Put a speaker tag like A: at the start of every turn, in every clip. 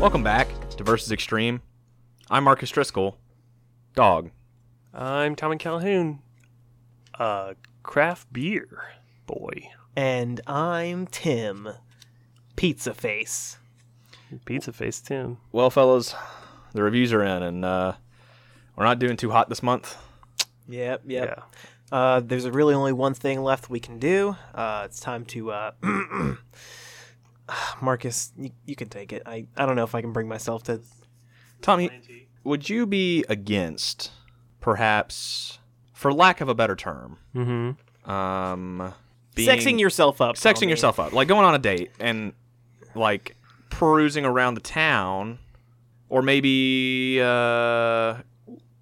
A: Welcome back to Versus Extreme. I'm Marcus Driscoll. Dog.
B: I'm Tommy Calhoun. Uh, craft beer boy,
C: And I'm Tim. Pizza face.
B: pizza face Tim.
A: Well, fellas, the reviews are in, and uh, we're not doing too hot this month.
C: Yep,
B: Yeah,
C: yep. Uh, there's really only one thing left we can do. Uh, it's time to. Uh, Marcus, you, you can take it. I, I don't know if I can bring myself to.
A: Tommy, would you be against, perhaps, for lack of a better term, um, being,
C: sexing yourself up.
A: sexing
C: Tommy.
A: yourself up, like going on a date and like perusing around the town, or maybe uh,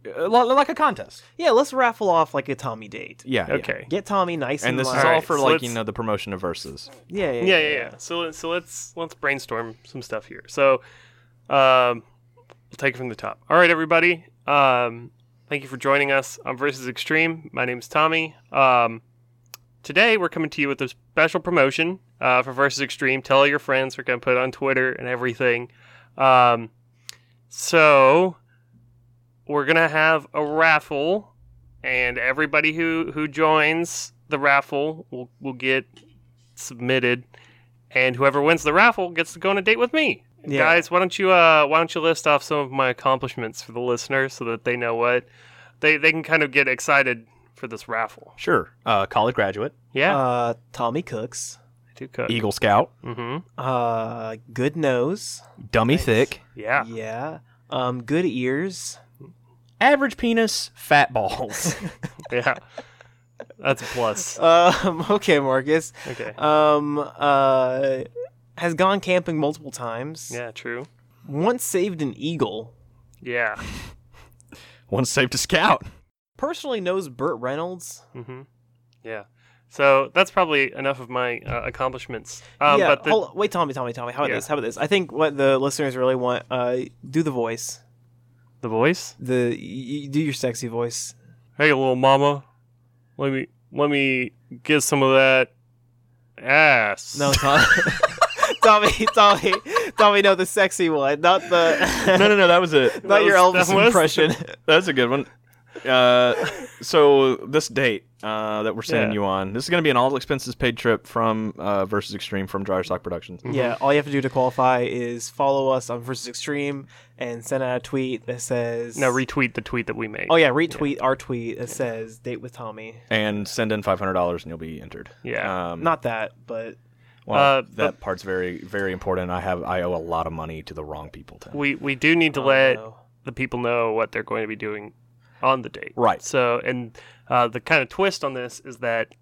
A: li- like a contest?
C: Yeah, let's raffle off like a Tommy date.
A: Yeah. yeah.
B: Okay.
C: Get Tommy nice and,
A: And this is
C: lined.
A: all
B: Alright,
A: for
B: so
A: like
B: let's-
A: you know the promotion of verses.
C: Yeah, yeah,
B: yeah, yeah, yeah. So let- so let's let's brainstorm some stuff here. So, um, we'll take it from the top. All right, everybody. Um, thank you for joining us on Versus Extreme. My name's Tommy. Um, today we're coming to you with a special promotion uh, for Versus Extreme. Tell all your friends. We're gonna put it on Twitter and everything. Um, so we're gonna have a raffle, and everybody who who joins the raffle will will get submitted, and whoever wins the raffle gets to go on a date with me.
C: Yeah.
B: Guys, why don't you uh why don't you list off some of my accomplishments for the listeners so that they know what they they can kind of get excited for this raffle.
A: Sure. Uh, college graduate,
B: Yeah,
C: Uh, e- Tommy cooks.
B: I do cook.
A: Eagle Scout,
B: mm-hmm.
C: Uh, good nose.
A: dummy thick,
B: Yeah.
C: Yeah. Um, good ears.
A: average penis, fat balls.
B: Yeah. That's a plus.
C: Um, okay, Marcus.
B: Okay.
C: Um, uh, has gone camping multiple times.
B: Yeah, true.
C: Once saved an eagle.
B: Yeah.
A: One safe to scout.
C: Personally knows Burt Reynolds.
B: Mm-hmm. Yeah. So that's probably enough of my uh, accomplishments. Um,
C: yeah.
B: but the,
C: hold on. Wait, Tommy, Tommy, Tommy. How about
B: Yeah.
C: this? How about this? I think what the listeners really want. Uh, do the voice.
B: the voice?
C: The y- y- do your sexy voice.
B: Hey, little mama. Let me let me get some of that ass.
C: No, Tommy. Tommy, Tommy, Tommy. No, the sexy one, not the
A: no, no, that was it.
C: not your
B: That was-
C: Elvis
B: that was-
C: impression.
A: That's a good one. Uh, so this date uh, that we're sending
B: Yeah.
A: you on, this is going to be an all expenses paid trip from uh, versus extreme from Dryer Sock Productions.
C: Yeah, all you have to do to qualify is follow us on Versus Extreme and send out a tweet that says
B: Now retweet the tweet that we made.
C: Oh yeah, retweet our tweet that says date with Tommy.
A: And send in five hundred dollars, and you'll be entered.
B: Yeah.
A: Um,
C: Not that, but
A: well,
B: uh,
A: that
B: but-
A: part's very, very important. I have, I owe a lot of money to the wrong people. Tim.
B: We we do need to
C: Oh,
B: let
C: no.
B: the people know what they're going to be doing on the date.
A: Right.
B: So and uh, the kind of twist on this is that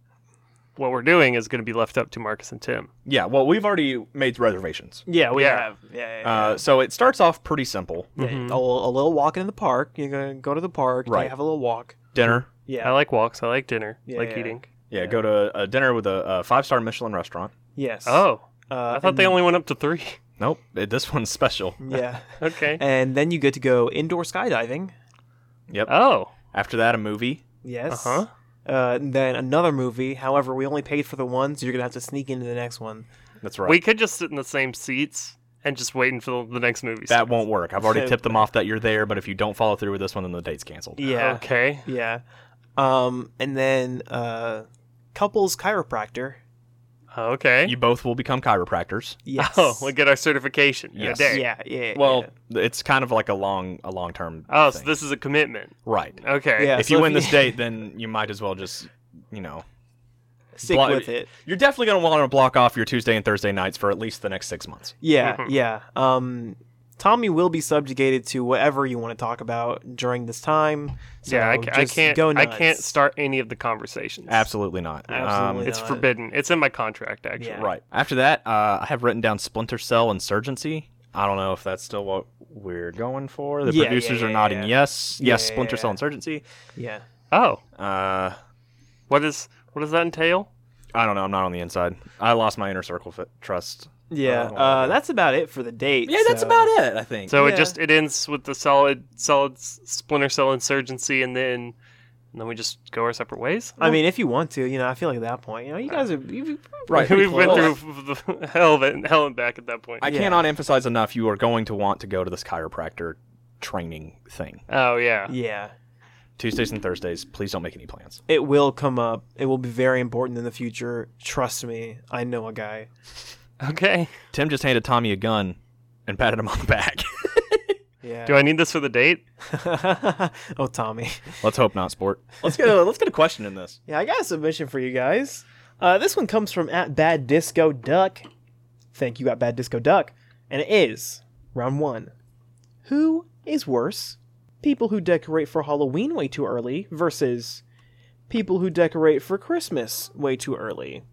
B: what we're doing is going to be left up to Marcus and Tim.
A: yeah. Well, we've already made reservations.
C: Yeah, we
B: Yeah. mm-hmm.
C: have. Yeah, yeah,
A: Uh, so it starts off pretty simple.
C: yeah. Yeah, A, little, a little walk in the park. You're gonna go to the park,
A: Right.
C: right. have a little walk.
A: Dinner.
C: Yeah.
B: I like walks. I like dinner.
C: Yeah,
B: like
C: yeah.
B: eating.
A: Yeah, go to a dinner with a, a five star Michelin restaurant.
C: yes.
B: Oh,
C: Uh,
B: I thought they
C: and-
B: only went up to three.
A: Nope, it- this one's special.
C: Yeah.
B: Okay.
C: and then you get to go indoor skydiving.
A: Yep.
B: Oh.
A: After that, a movie.
C: Yes.
B: Uh-huh.
C: Uh, and then another movie. However, we only paid for the one, so you're gonna have to sneak into the next one.
A: That's right.
B: We could just sit in the same seats and just wait until the next movie.
A: that won't work. I've already
C: So-
A: tipped them off that you're there, but if you don't follow through with this one, then the date's canceled.
C: Yeah.
B: Okay.
C: Yeah. Um, and then uh, couples chiropractor.
B: Okay.
A: You both will become chiropractors.
C: Yes.
B: Oh, we get our certification in
A: Yes.
B: a day.
C: yeah, yeah.
A: Well,
C: yeah.
A: it's kind of like a long, a long term.
B: Oh, so this is a commitment.
A: right.
B: Okay.
C: Uh, Yeah.
A: if
C: so
A: you
C: if
A: win
C: you-
A: this date, then you might as well just, you know,
C: stick
A: blo-
C: with it.
A: You're definitely going to want to block off your Tuesday and Thursday nights for at least the next six months.
C: Yeah,
B: Mhm.
C: yeah. Um, Tommy will be subjugated to whatever you want to talk about during this time. So
B: yeah, I, ca- I
C: just
B: can't.
C: Go
B: I
C: nuts.
B: can't start any of the conversations.
A: Absolutely not. Um,
C: Absolutely
B: It's
C: not.
B: forbidden. It's in my contract, actually.
C: Yeah.
A: Right. After that, uh, I have written down Splinter Cell Insurgency. I don't know if that's still what we're going for. The
C: Yeah, yeah,
A: producers are
C: yeah,
A: nodding
C: yeah.
A: yes.
C: Yeah,
A: yes,
C: yeah,
A: Splinter
C: yeah.
A: Cell Insurgency.
C: Yeah,
B: Oh,
A: Uh,
B: what is what does that entail?
A: I don't know. I'm not on the inside. I lost my inner circle fit trust.
C: yeah.
A: Oh.
C: Uh, that's about it for the date. so-
A: it, I think.
B: So it
C: Yeah.
B: just it ends with the solid solid s- splinter cell insurgency, and then and then we just go our separate ways.
C: I mean, if you want to, you know, I feel like at that point, you know, you guys are you,
A: Right.
B: We've been
A: Well,
B: through f- f- hell of it and hell and back at that point.
A: I cannot emphasize enough. You are going to want to go to this chiropractor training thing.
B: oh yeah.
C: Yeah,
A: Tuesdays and Thursdays. Please don't make any plans.
C: it will come up. It will be very important in the future. Trust me, I know a guy.
B: Okay.
A: Tim just handed Tommy a gun and patted him on the back.
C: Yeah.
B: Do I need this for the date?
C: oh, Tommy.
A: let's hope not, sport. Let's get a, let's get a question in this.
C: Yeah, I got a submission for you guys. Uh, this one comes from at Bad Disco Duck. Thank you, at Bad Disco Duck. And it is round one. Who is worse? People who decorate for Halloween way too early versus people who decorate for Christmas way too early.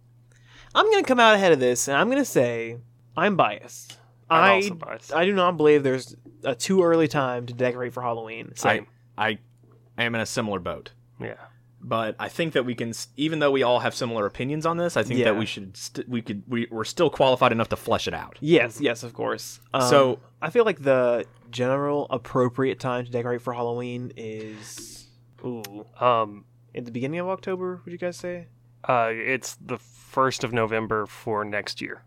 C: I'm gonna come out ahead of this, and I'm gonna say I'm biased.
B: I'm
C: I
B: also biased.
C: I do not believe there's a too early time to decorate for Halloween.
B: Same.
A: I I am in a similar boat.
B: yeah.
A: but I think that we can, s- even though we all have similar opinions on this, I think that
C: Yeah.
A: we should, st- we could, we, we're still qualified enough to flesh it out.
C: Yes, yes, of course. Um,
A: So-
C: I feel like the general appropriate time to decorate for Halloween is ooh
B: Um.
C: at the beginning of October. Would you guys say?
B: Uh. It's the first of November for next year.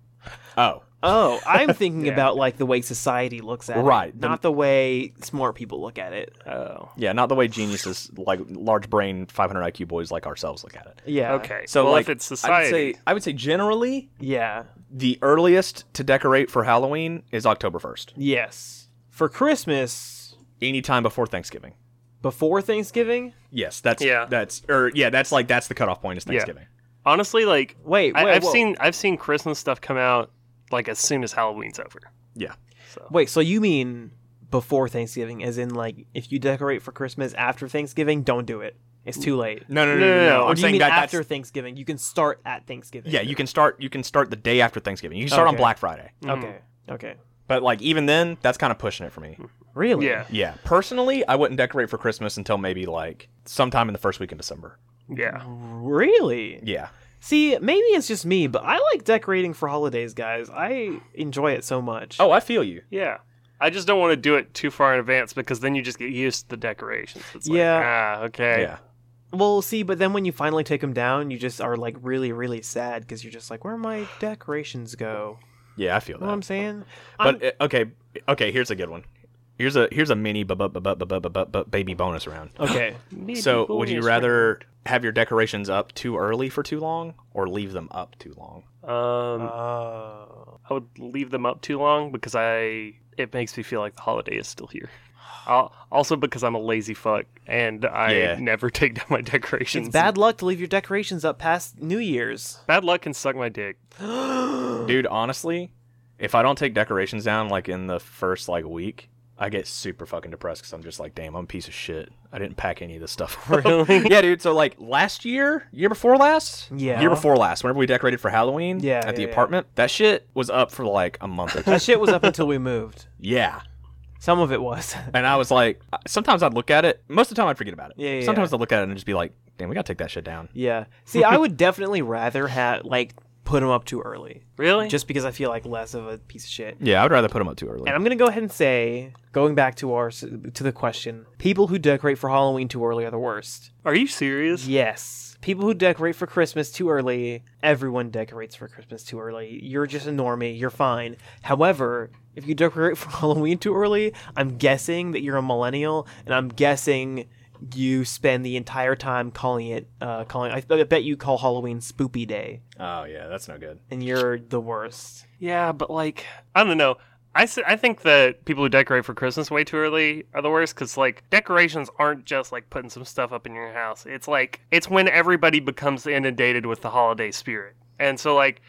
A: Oh,
C: Oh, I'm thinking
B: Yeah.
C: about like the way society looks at
A: Right,
C: it,
A: the-
C: not the way smart people look at it.
B: Oh.
A: yeah, not the way geniuses like large brain, 500 IQ boys like ourselves look at it.
C: Yeah.
B: Okay.
A: So,
B: well,
A: like,
B: if it's
A: I
B: society,
A: would say, I would say generally,
C: Yeah.
A: the earliest to decorate for Halloween is October 1st,
C: Yes. For Christmas,
A: anytime before Thanksgiving.
C: before Thanksgiving.
A: Yes, that's
B: Yeah.
A: that's or yeah, that's like that's the cutoff point is
B: Yeah.
A: Thanksgiving.
B: honestly, like
C: Wait, wait
B: I, I've
C: whoa.
B: seen I've seen Christmas stuff come out like as soon as Halloween's over.
A: Yeah.
B: So
C: Wait, so you mean before Thanksgiving, as in like if you decorate for Christmas after Thanksgiving, don't do it. It's too late.
A: No, no, no, no.
B: No, no,
A: no,
B: no.
A: I'm
C: Or do you
A: saying
C: mean
A: that
C: after
A: that's
C: Thanksgiving? You can start at Thanksgiving.
A: yeah, you can start you can start the day after Thanksgiving. You can start on
C: Okay.
A: Black Friday.
C: Okay. Okay.
A: But like even then, that's kind of pushing it for me.
C: Really?
B: yeah,
A: Yeah, personally, I wouldn't decorate for Christmas until maybe like sometime in the first week in December.
C: Mm-hmm.
B: yeah.
C: Really?
A: Yeah,
C: See, maybe it's just me, but I like decorating for holidays, guys. I enjoy it so much.
A: Oh, I feel you.
B: Yeah. I just don't want to do it too far in advance because then you just get used to the decorations. It's like,
C: Yeah.
B: ah, okay.
A: Yeah.
C: Well, see, but then when you finally take them down, you just are like really, really sad because you're just like, where my decorations go?
A: Yeah, I feel
C: You know what
A: that.
C: I'm saying? I'm-
A: But uh, okay, okay, here's a good one. Here's a here's a mini bu- bu- bu- bu- bu- bu- bu- bu- baby bonus round.
C: okay.
B: Maybe
A: So,
B: we'll
A: would you
B: use-
A: rather have your decorations up too early for too long or leave them up too long?
B: Um,
C: Oh.
B: I would leave them up too long because I it makes me feel like the holiday is still here. Al also because I'm a lazy fuck and I
A: Yeah.
B: never take down my decorations.
C: It's bad luck to leave your decorations up past New Year's.
B: Bad luck can suck my dick.
A: Dude, honestly, if I don't take decorations down like in the first like week, I get super fucking depressed because I'm just like, damn, I'm a piece of shit. I didn't pack any of this stuff. up.
B: Really?
A: yeah, dude. So like last year, year before last,
C: Yeah.
A: year before last, whenever we decorated for Halloween,
C: Yeah,
A: at the
C: yeah, yeah.
A: apartment, that shit was up for like a month or two.
C: that shit was up until we moved.
A: yeah,
C: Some of it was.
A: and I was like, sometimes I'd look at it. Most of the time, I'd forget about it.
C: Yeah, yeah,
A: Sometimes I'd look at it and just be like, damn, we gotta take that shit down.
C: Yeah. See, I would definitely rather have like put them up too early,
B: Really?
C: just because I feel like less of a piece of shit.
A: Yeah, I'd rather put them up too early.
C: And I'm gonna go ahead and say, going back to our to the question, people who decorate for Halloween too early are the worst.
B: Are you serious?
C: Yes. People who decorate for Christmas too early, everyone decorates for Christmas too early. You're just a normie, you're fine. However, if you decorate for Halloween too early, I'm guessing that you're a millennial, and I'm guessing you spend the entire time calling it, uh, calling, I, I bet you call Halloween Spoopy Day,
A: oh yeah, that's no good.
C: and you're the worst.
B: Yeah, but like I don't know. I, s- I think that people who decorate for Christmas way too early are the worst because like decorations aren't just like putting some stuff up in your house. It's like it's when everybody becomes inundated with the holiday spirit, and so like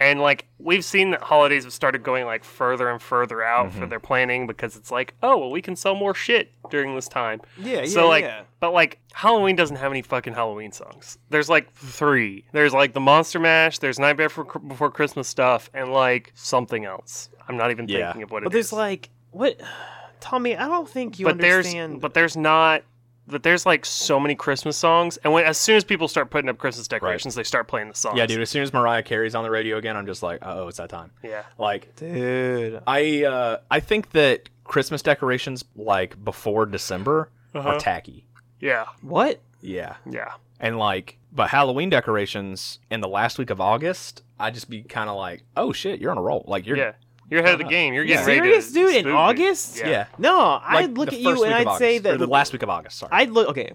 B: and like we've seen that holidays have started going like further and further out
C: Mm-hmm.
B: for their planning because it's like oh well we can sell more shit during this time.
C: Yeah,
B: so like but like Halloween doesn't have any fucking Halloween songs. There's like three. There's like the Monster Mash. There's Nightmare Before, Before Christmas stuff, and like something else. I'm not even
A: Yeah.
B: thinking of what it
C: But there's
B: is.
C: like, what? Tommy, I don't think you
B: but
C: understand.
B: there's but there's not. But there's like so many Christmas songs, and when as soon as people start putting up Christmas decorations, they start playing the songs.
A: Yeah, dude. As soon as Mariah Carey's on the radio again, I'm just like, oh, it's that time.
B: Yeah.
A: Like
C: Dude.
A: I uh, I think that
B: Uh-huh.
A: Christmas decorations like before December are tacky.
B: Yeah.
C: What?
A: Yeah.
B: Yeah.
A: And like, but Halloween decorations in the last week of August, I just be kind of like, oh shit, you're on a roll. Like you're
B: Yeah. You're ahead of the game. You're getting
A: Yeah.
B: ready to
C: Uh-huh. Serious, dude, in
B: spook me.
C: August?
A: yeah.
C: No,
A: Like,
C: I'd look
A: the
C: at
A: first
C: you and
A: week
C: I'd
A: of
C: say
A: August,
C: that
A: or the last week of August. Sorry.
C: I'd look okay.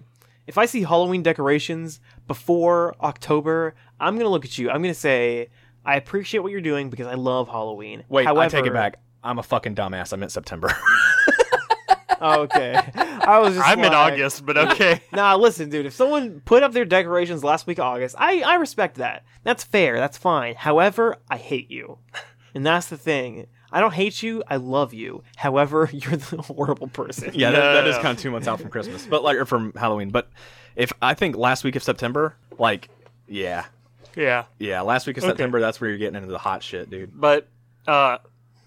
C: If I see Halloween decorations before October, I'm gonna look at you. I'm gonna say I appreciate what you're doing because I love Halloween.
A: Wait,
C: However,
A: I take it back. I'm a fucking dumbass. I meant September.
C: Oh, okay, I was just.
B: I'm in
C: like-
B: August, but okay.
C: Nah, listen, dude. If someone put up their decorations last week of August, I I respect that. That's fair. That's fine. However, I hate you, and that's the thing. I don't hate you. I love you. However, you're the horrible person.
A: yeah,
B: No,
A: that, that
B: no,
A: is
B: no.
A: kind of two months out from Christmas, but like or from Halloween. But if I think last week of September, like, yeah,
B: Yeah.
A: yeah, last week of
B: Okay.
A: September, that's where you're getting into the hot shit, dude.
B: But uh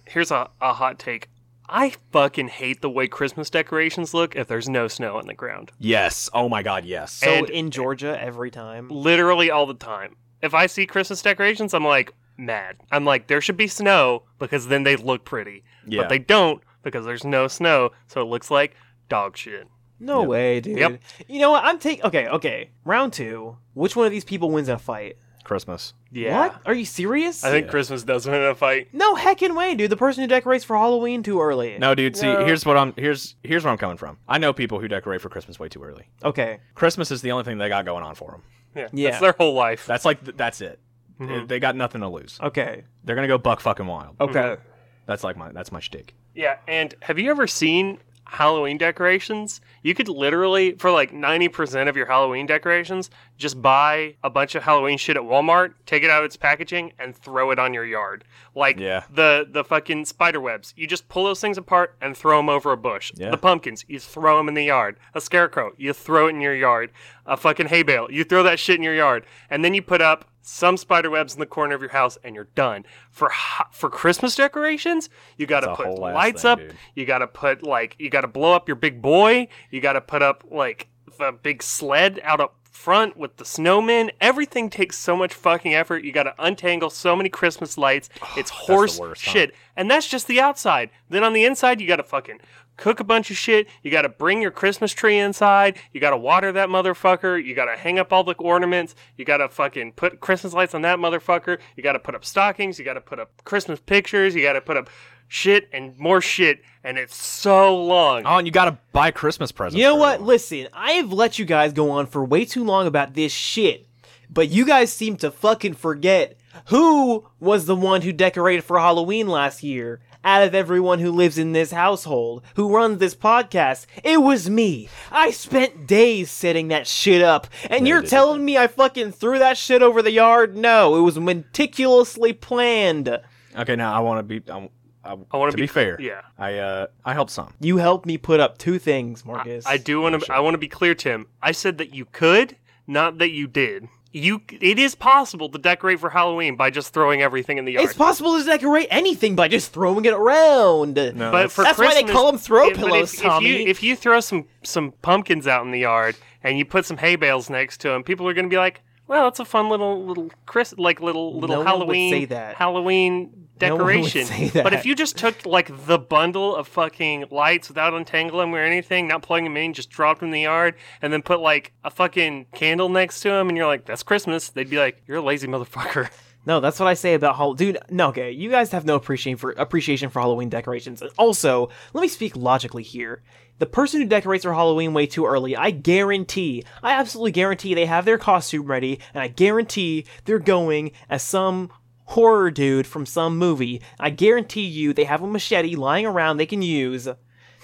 B: here's a, a hot take. I fucking hate the way Christmas decorations look if there's no snow on the ground.
A: Yes. Oh my God. Yes.
C: So
B: And-
C: in Georgia, every time.
B: Literally all the time. If I see Christmas decorations, I'm like mad. I'm like there should be snow because then they look pretty.
A: Yeah.
B: But they don't because there's no snow, so it looks like dog shit.
C: No
A: Yep.
C: way, dude.
B: Yep.
C: You know what? I'm taking. Okay, okay. Round two. Which one of these people wins in a fight?
A: Christmas.
B: Yeah.
C: What? Are you serious?
B: I think
A: Yeah.
B: Christmas does win in a fight.
C: no heckin' way, dude. The person who decorates for Halloween too early.
A: No, dude. See,
B: No.
A: here's what I'm here's here's where I'm coming from. I know people who decorate for Christmas way too early.
C: Okay.
A: Christmas is the only thing they got going on for them.
B: Yeah.
C: Yeah.
B: That's their whole life.
A: That's like th- that's it.
C: Mm-hmm.
B: Mhm.
A: They got nothing to lose.
C: Okay.
A: They're gonna go buck fucking wild.
C: Okay.
A: That's like my that's my shtick.
B: Yeah, and have you ever seen Halloween decorations? You could literally, for like 90% of your Halloween decorations, just buy a bunch of Halloween shit at Walmart, take it out of its packaging, and throw it on your yard. Like
A: Yeah.
B: the, the fucking spider webs. You just pull those things apart and throw them over a bush.
A: Yeah.
B: The pumpkins, you throw them in the yard. A scarecrow, you throw it in your yard. A fucking hay bale, you throw that shit in your yard. And then you put up some spider webs in the corner of your house and you're done. For ho- for Christmas decorations, you got to
A: It's a
B: put
A: whole ass
B: lights
A: thing,
B: up.
A: dude.
B: You got to put like you got to blow up your big boy. You got to put up like the big sled out up front with the snowmen. Everything takes so much fucking effort. You got to untangle so many Christmas lights. It's horse
A: worst, huh?
B: shit. And that's just the outside. Then on the inside, you got to fucking cook a bunch of shit. You got to bring your Christmas tree inside. You got to water that motherfucker. You got to hang up all the ornaments. You got to fucking put Christmas lights on that motherfucker. You got to put up stockings. You got to put up Christmas pictures. You got to put up shit and more shit. And it's so long.
A: Oh, and you gotta buy Christmas presents.
C: You know
A: for
C: what?
A: everyone.
C: Listen, I have let you guys go on for way too long about this shit, but you guys seem to fucking forget who was the one who decorated for Halloween last year. Out of everyone who lives in this household, who runs this podcast, it was me. I spent days setting that shit up, and you're
A: didn't.
C: telling me I fucking threw that shit over the yard? No, it was meticulously planned.
A: Okay, now I want to be. I, I,
B: I want
A: to
B: to
A: be, fair.
B: Yeah.
A: I uh I helped some.
C: You helped me put up two things, Marcus.
B: I do want to. I want to be clear, Tim. I said that you could, not that you did. You. It is possible to decorate for Halloween by just throwing everything in the yard.
C: It's possible to decorate anything by just throwing it around.
A: No,
B: but
A: that's-
B: for
C: That's why they
B: Christmas-
C: call 'em throw
B: Yeah, but
C: pillows,
B: if,
C: Tommy.
B: If you, if you throw some some pumpkins out in the yard and you put some hay bales next to them, people are going to be like, "Well, it's a fun little little Chris like little little
C: one would
B: Halloween
C: say that.
B: Halloween
C: No one would
B: decoration."
C: say that.
B: But if you just took like the bundle of fucking lights without untangling them or anything, not plugging them in, just dropped them in the yard, and then put like a fucking candle next to them, and you're like, "That's Christmas," they'd be like, "You're a lazy motherfucker."
C: No, that's what I say about Halloween. Dude, no, okay, you guys have no appreciation for appreciation for Halloween decorations. And also, let me speak logically here. The person who decorates their Halloween way too early, I guarantee, I absolutely guarantee they have their costume ready, and I guarantee they're going as some horror dude from some movie. I guarantee you they have a machete lying around they can use.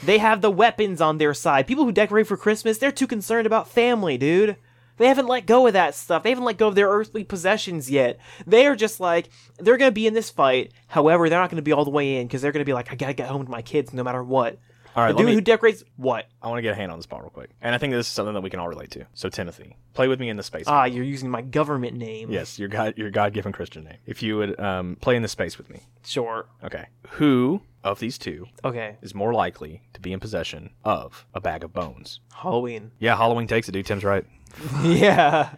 C: They have the weapons on their side. People who decorate for Christmas, they're too concerned about family, dude. They haven't let go of that stuff. They haven't let go of their earthly possessions yet. They are just like, they're going to be in this fight. However, they're not going to be all the way in because they're going to be like, I got to get home to my kids no matter what.
A: All right,
C: the
A: let
C: dude
A: me,
C: who decorates what?
A: I want to get a hand on this ball real quick, and I think this is something that we can all relate to. So Timothy, play with me in the space.
C: Ah, you're using my government name.
A: yes, your God, your God-given Christian name. If you would um play in the space with me.
C: Sure.
A: Okay. Who of these two
C: Okay.
A: is more likely to be in possession of a bag of bones?
C: Halloween.
A: Yeah, Halloween takes it, dude. Tim's right.
C: yeah.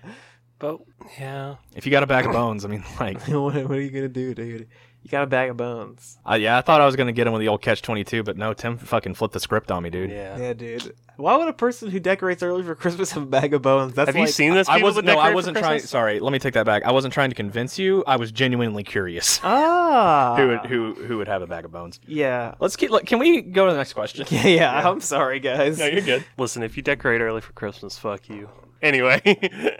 B: But yeah,
A: If you got a bag of bones, I mean, like,
C: what, what are you going to do, dude? You got a bag of bones.
A: I, yeah, I thought I was gonna get him with the old catch twenty-two, but no, Tim fucking flipped the script on me, dude.
B: yeah.
C: Yeah, dude. Why would a person who decorates early for Christmas have a bag of bones? That's
B: Have you
C: like-
B: seen this?
A: I
B: people
A: wasn't. No,
B: that decorate
A: I
B: for
A: wasn't trying.
B: Christmas?
A: Sorry, let me take that back. I wasn't trying to convince you. I was genuinely curious.
C: Ah,
A: Who would who who would have a bag of bones?
C: Yeah.
A: Let's keep. Look, can we go to the next question?
C: yeah, yeah, I'm sorry, guys.
A: good.
B: Listen, if you decorate early for Christmas, fuck you. Anyway,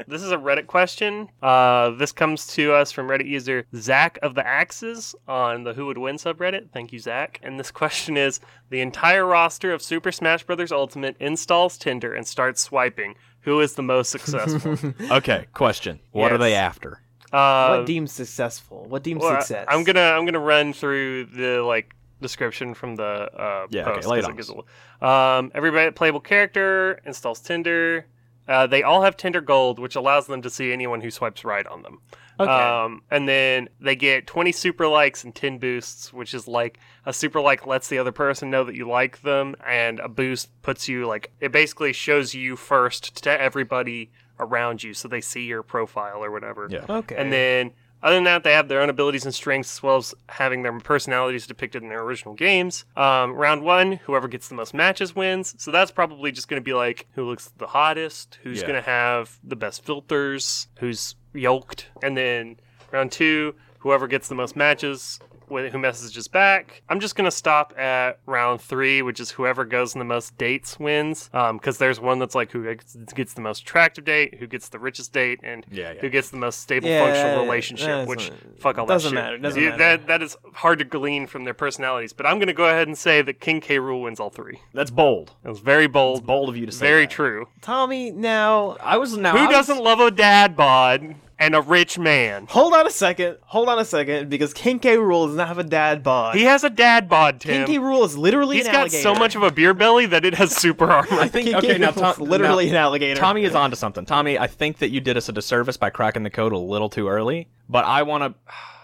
B: this is a Reddit question. Uh, this comes to us from Reddit user Zach of the Axes on the Who Would Win subreddit. Thank you, Zach. And this question is: The entire roster of Super Smash Bros. Ultimate installs Tinder and starts swiping. Who is the most successful?
A: Okay, question. What are
B: Yes.
A: they after?
B: uh,
C: what deems successful? What deems
B: well, I-
C: success?
B: I'm gonna I'm gonna run through the like description from the uh,
A: Yeah, okay,
B: post.
A: lay it
B: 'cause
A: on
B: gives a- um, every playable character installs Tinder. Uh, they all have Tinder Gold, which allows them to see anyone who swipes right on them.
C: Okay.
A: Uh,
B: Um, and then they get 20 super likes and 10 boosts, which is like a super like lets the other person know that you like them, and a boost puts you like it basically shows you first to everybody around you, so they see your profile or whatever.
A: Yeah.
C: okay.
B: And then, other than that, they have their own abilities and strengths, as well as having their personalities depicted in their original games. Um, round one, whoever gets the most matches wins. So that's probably just going to be like who looks the hottest, who's
A: Yeah.
B: going to have the best filters, who's yoked. And then round two, whoever gets the most matches. wh- Who messages back? I'm just gonna stop at round three, which is whoever goes on the most dates wins. Because there's one that's like who gets- gets the most attractive date, who gets the richest date, and
A: Yeah, yeah.
B: who gets the most stable
C: Yeah,
B: functional
C: yeah,
B: relationship,
C: that's
B: which
C: not-
B: fuck all
C: doesn't
B: that shit.
C: matter, doesn't
B: Yeah,
C: matter.
B: That that is hard to glean from their personalities. But I'm going to go ahead and say that King K. Rule wins all three.
A: That's bold.
B: It was very
A: It's
B: bold,
A: bold of you to say.
B: very
A: that.
B: true.
C: Tommy, now
A: I was now. I
B: Who
A: was-
B: doesn't love a dad bod and a rich man?
C: hold on a second. Hold on a second, because King K. Rule does not have a dad bod.
B: He has a dad bod,
C: King
B: Tim.
C: K. Rule is literally
B: He's
C: an
B: got
C: alligator.
B: so much of a beer belly that it has super armor.
A: think-
C: King
A: okay,
C: K.
A: now
C: Rool is
A: Tom-
C: literally
A: now-
C: an alligator.
A: Tommy is onto something. Tommy, I think that you did us a disservice by cracking the code a little too early. But I want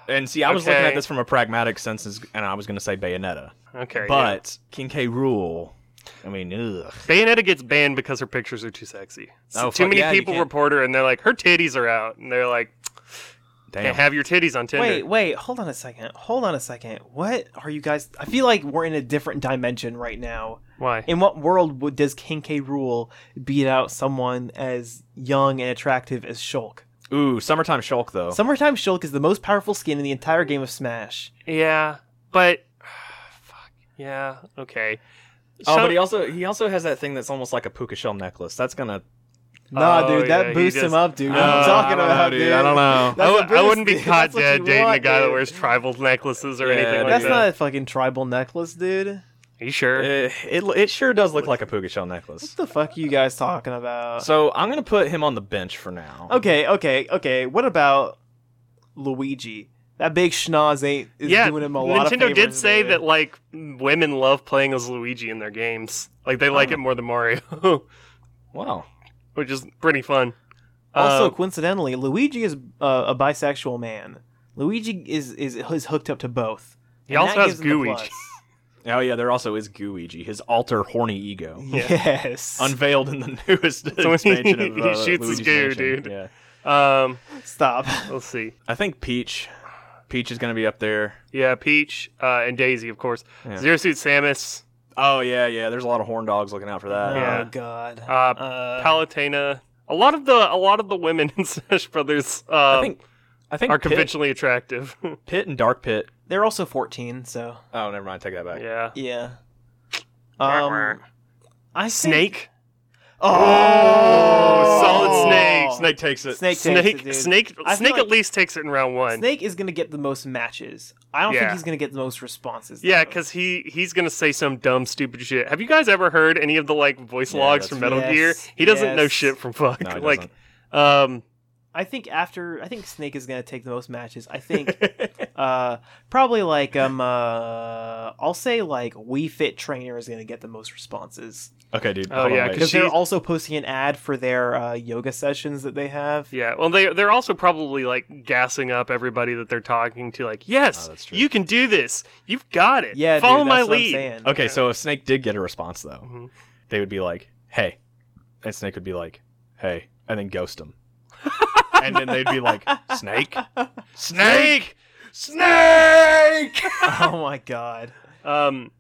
A: to, and see, I was looking
B: Okay.
A: at this from a pragmatic sense, as- and I was going to say Bayonetta,
B: okay, yeah.
A: but King K. Rule. I mean, ugh.
B: Bayonetta gets banned because her pictures are too sexy.
A: Oh,
B: too
A: fuck,
B: many
A: yeah, you
B: people
A: can't-
B: report her, and they're like, her titties are out, and they're like,
A: Damn.
B: can't have your titties on Tinder.
C: Wait, wait, hold on a second. Hold on a second. What are you guys? I feel like we're in a different dimension right now.
B: Why?
C: In what world would, does King K. Rule beat out someone as young and attractive as Shulk?
A: Ooh, summertime Shulk though.
C: Oh. Summertime Shulk is the most powerful skin in the entire game of Smash.
B: Yeah, but fuck. Yeah, okay.
A: oh,
B: So-
A: but he also he also has that thing that's almost like a puka shell necklace. That's gonna.
C: Nah,
B: Oh,
C: dude, that
B: yeah, he
C: boosts
B: just-
C: him up, dude. What
B: Uh,
C: I'm talking
A: I don't know,
C: about,
A: dude. I don't know.
C: That's
B: I,
C: a
B: w- I wouldn't be
C: boost.
B: caught
C: That's what
B: dead
C: you
B: dating a
C: want,
B: guy that
C: dude.
B: wears tribal necklaces or
A: Yeah,
B: anything like
A: dude.
C: That's
B: that.
C: not a fucking tribal necklace, dude. What
B: Are you sure?
A: It, Eh, it it sure does look like a puka shell necklace.
C: the fuck are you guys talking about?
A: So I'm gonna put him on the bench for now.
C: Okay, okay, okay. What about Luigi? That big schnoz ain't is
B: yeah,
C: doing him a lot of
B: Nintendo did
C: favors,
B: say
C: dude.
B: that like women love playing as Luigi in their games. Like they
C: Oh.
B: like it more than Mario,
A: Wow.
B: which is pretty fun.
C: Also,
B: Um,
C: coincidentally, Luigi is uh, a bisexual man. Luigi is is, is hooked up to both.
B: He
C: And
B: also
C: that
B: has
C: gives him the
B: Gooigi.
C: plus.
A: Oh yeah, there also is Gooigi, his alter horny ego,
C: Yes.
A: unveiled in the newest
B: when he-
A: expansion of
B: he
A: uh,
B: shoots his
A: Luigi's
B: goo,
A: Mansion.
B: dude.
A: Yeah.
B: um,
C: Stop.
B: let's see.
A: I think Peach, Peach is gonna be up there.
B: Yeah, Peach uh, and Daisy, of course.
A: Yeah.
B: Zero Suit Samus,
A: Oh yeah, yeah. There's a lot of horn dogs looking out for that.
B: Yeah.
C: Oh God.
B: uh, Palutena. A lot of the a lot of the women in Smash Brothers um,
A: I think, I think
B: are
A: Pit,
B: conventionally attractive.
A: Pit and Dark Pit.
C: They're also 14, so
A: Oh, never mind. Take that back.
B: yeah.
C: yeah.
B: Wah,
C: Um,
B: wah.
C: I think-
B: Snake.
C: Oh,
B: solid snake.
A: Snake takes it.
C: Snake, takes
B: Snake.
C: it, dude.
B: snake.
C: I feel
B: Snake at
C: like-
B: least takes it in round one.
C: Snake is gonna get the most matches. I don't
B: Yeah.
C: think he's gonna get the most responses.
B: Yeah,
C: though.
B: because he he's gonna say some dumb, stupid shit. Have you guys ever heard any of the like voice
A: Yeah, that's-
B: logs from Metal
C: Yes,
B: Gear? He doesn't know
C: yes.
B: shit from fuck.
A: No, he
B: like, um,
C: I think after I think Snake is gonna take the most matches. I think uh probably like um uh I'll say like We Fit Trainer is gonna get the most responses
A: Okay, dude.
B: Oh,
A: hold on,
B: yeah,
A: wait.
C: because
B: She-
C: they're also posting an ad for their uh, yoga sessions that they have.
B: yeah. Well, they they're also probably like gassing up everybody that they're talking to. Like, yes,
A: Oh, that's true.
B: you can do this. You've got it.
C: Yeah,
B: follow
C: dude,
B: my
C: that's what I'm
B: lead.
C: saying.
A: Okay, so if Snake did get a response though,
B: Mhm.
A: they would be like, "Hey," and Snake would be like, "Hey," and then ghost him, and then they'd be like, "Snake, snake, snake."
C: oh my god.
B: Um,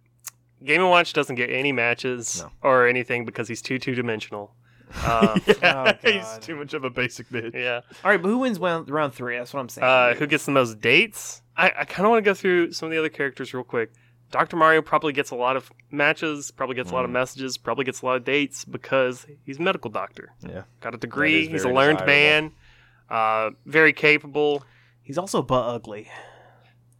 B: Game and Watch doesn't get any matches
A: No.
B: or anything because he's too two dimensional. Uh,
C: Oh,
D: he's
C: God.
D: too much of a basic bitch.
B: yeah.
C: All right, but who wins round, round three? That's what I'm saying.
B: Uh, who gets the most dates? I, I kind of want to go through some of the other characters real quick. Dr. Mario probably gets a lot of matches, probably gets a
D: Mm.
B: lot of messages, probably gets a lot of dates because he's a medical doctor.
A: Yeah.
B: Got a degree.
D: is
B: He's a
D: very
B: learned
D: desirable.
B: man. Uh, very capable.
C: He's also butt ugly.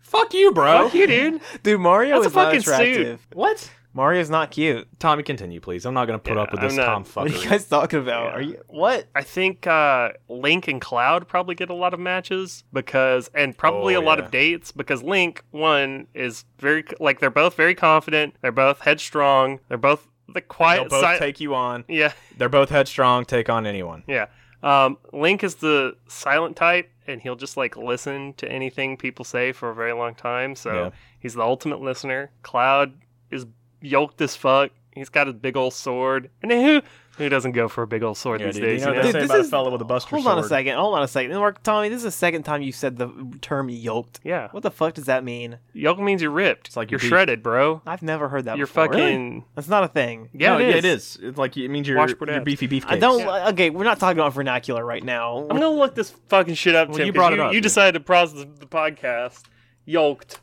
A: Fuck you,
D: Oh,
A: bro.
B: Fuck you, dude.
C: Dude, Mario
B: That's a
C: is not
B: fucking suit.
C: attractive.
A: What?
C: Mario's not cute.
A: Tommy, continue, please. I'm not gonna put
B: Yeah,
A: up with
B: I'm
A: this
B: not-
A: Tom
C: What are you
A: fucker.
C: guys talking about?
B: Yeah.
C: Are you what?
B: I think uh, Link and Cloud probably get a lot of matches because, and probably
A: Oh,
B: a lot
A: yeah.
B: of dates because Link, one, is very, like, they're both very confident. They're both headstrong. They're both the
A: They'll
B: quiet
A: both
B: side.
A: take you on.
B: yeah.
A: They're both headstrong. Take on anyone.
B: Yeah. Um, Link is the silent type, and he'll just like listen to anything people say for a very long time. So
A: Yeah.
B: he's the ultimate listener. Cloud is yoked as fuck. He's got a big old sword, and who who doesn't go for a big old sword
A: Yeah,
B: these
A: dude, you
B: days?
A: know
B: you know?
A: They
C: Dude,
A: say
C: this
A: about a
C: is-
A: fella with a buster
C: Hold on a
A: sword.
C: second. Hold on a second. Mark, Tommy, this is the second time you said the term yoked.
B: Yeah,
C: What the fuck does that mean?
B: yoke means you're ripped.
A: It's like
B: you're
A: you're beat.
B: shredded, bro.
C: I've never heard that
B: You're
C: before.
B: fucking
C: That's not a thing.
B: yeah,
A: No,
B: it is.
A: yeah, it is. It's like it means you're,
B: Washboard
A: you're
B: abs.
A: beefy beefcakes.
C: I don't okay, we're not talking about vernacular right now.
B: I'm gonna look this fucking shit up.
A: Well,
B: Tim,
A: you
B: 'cause
A: brought it up,
B: You
A: dude.
B: decided to process the podcast. Yoked,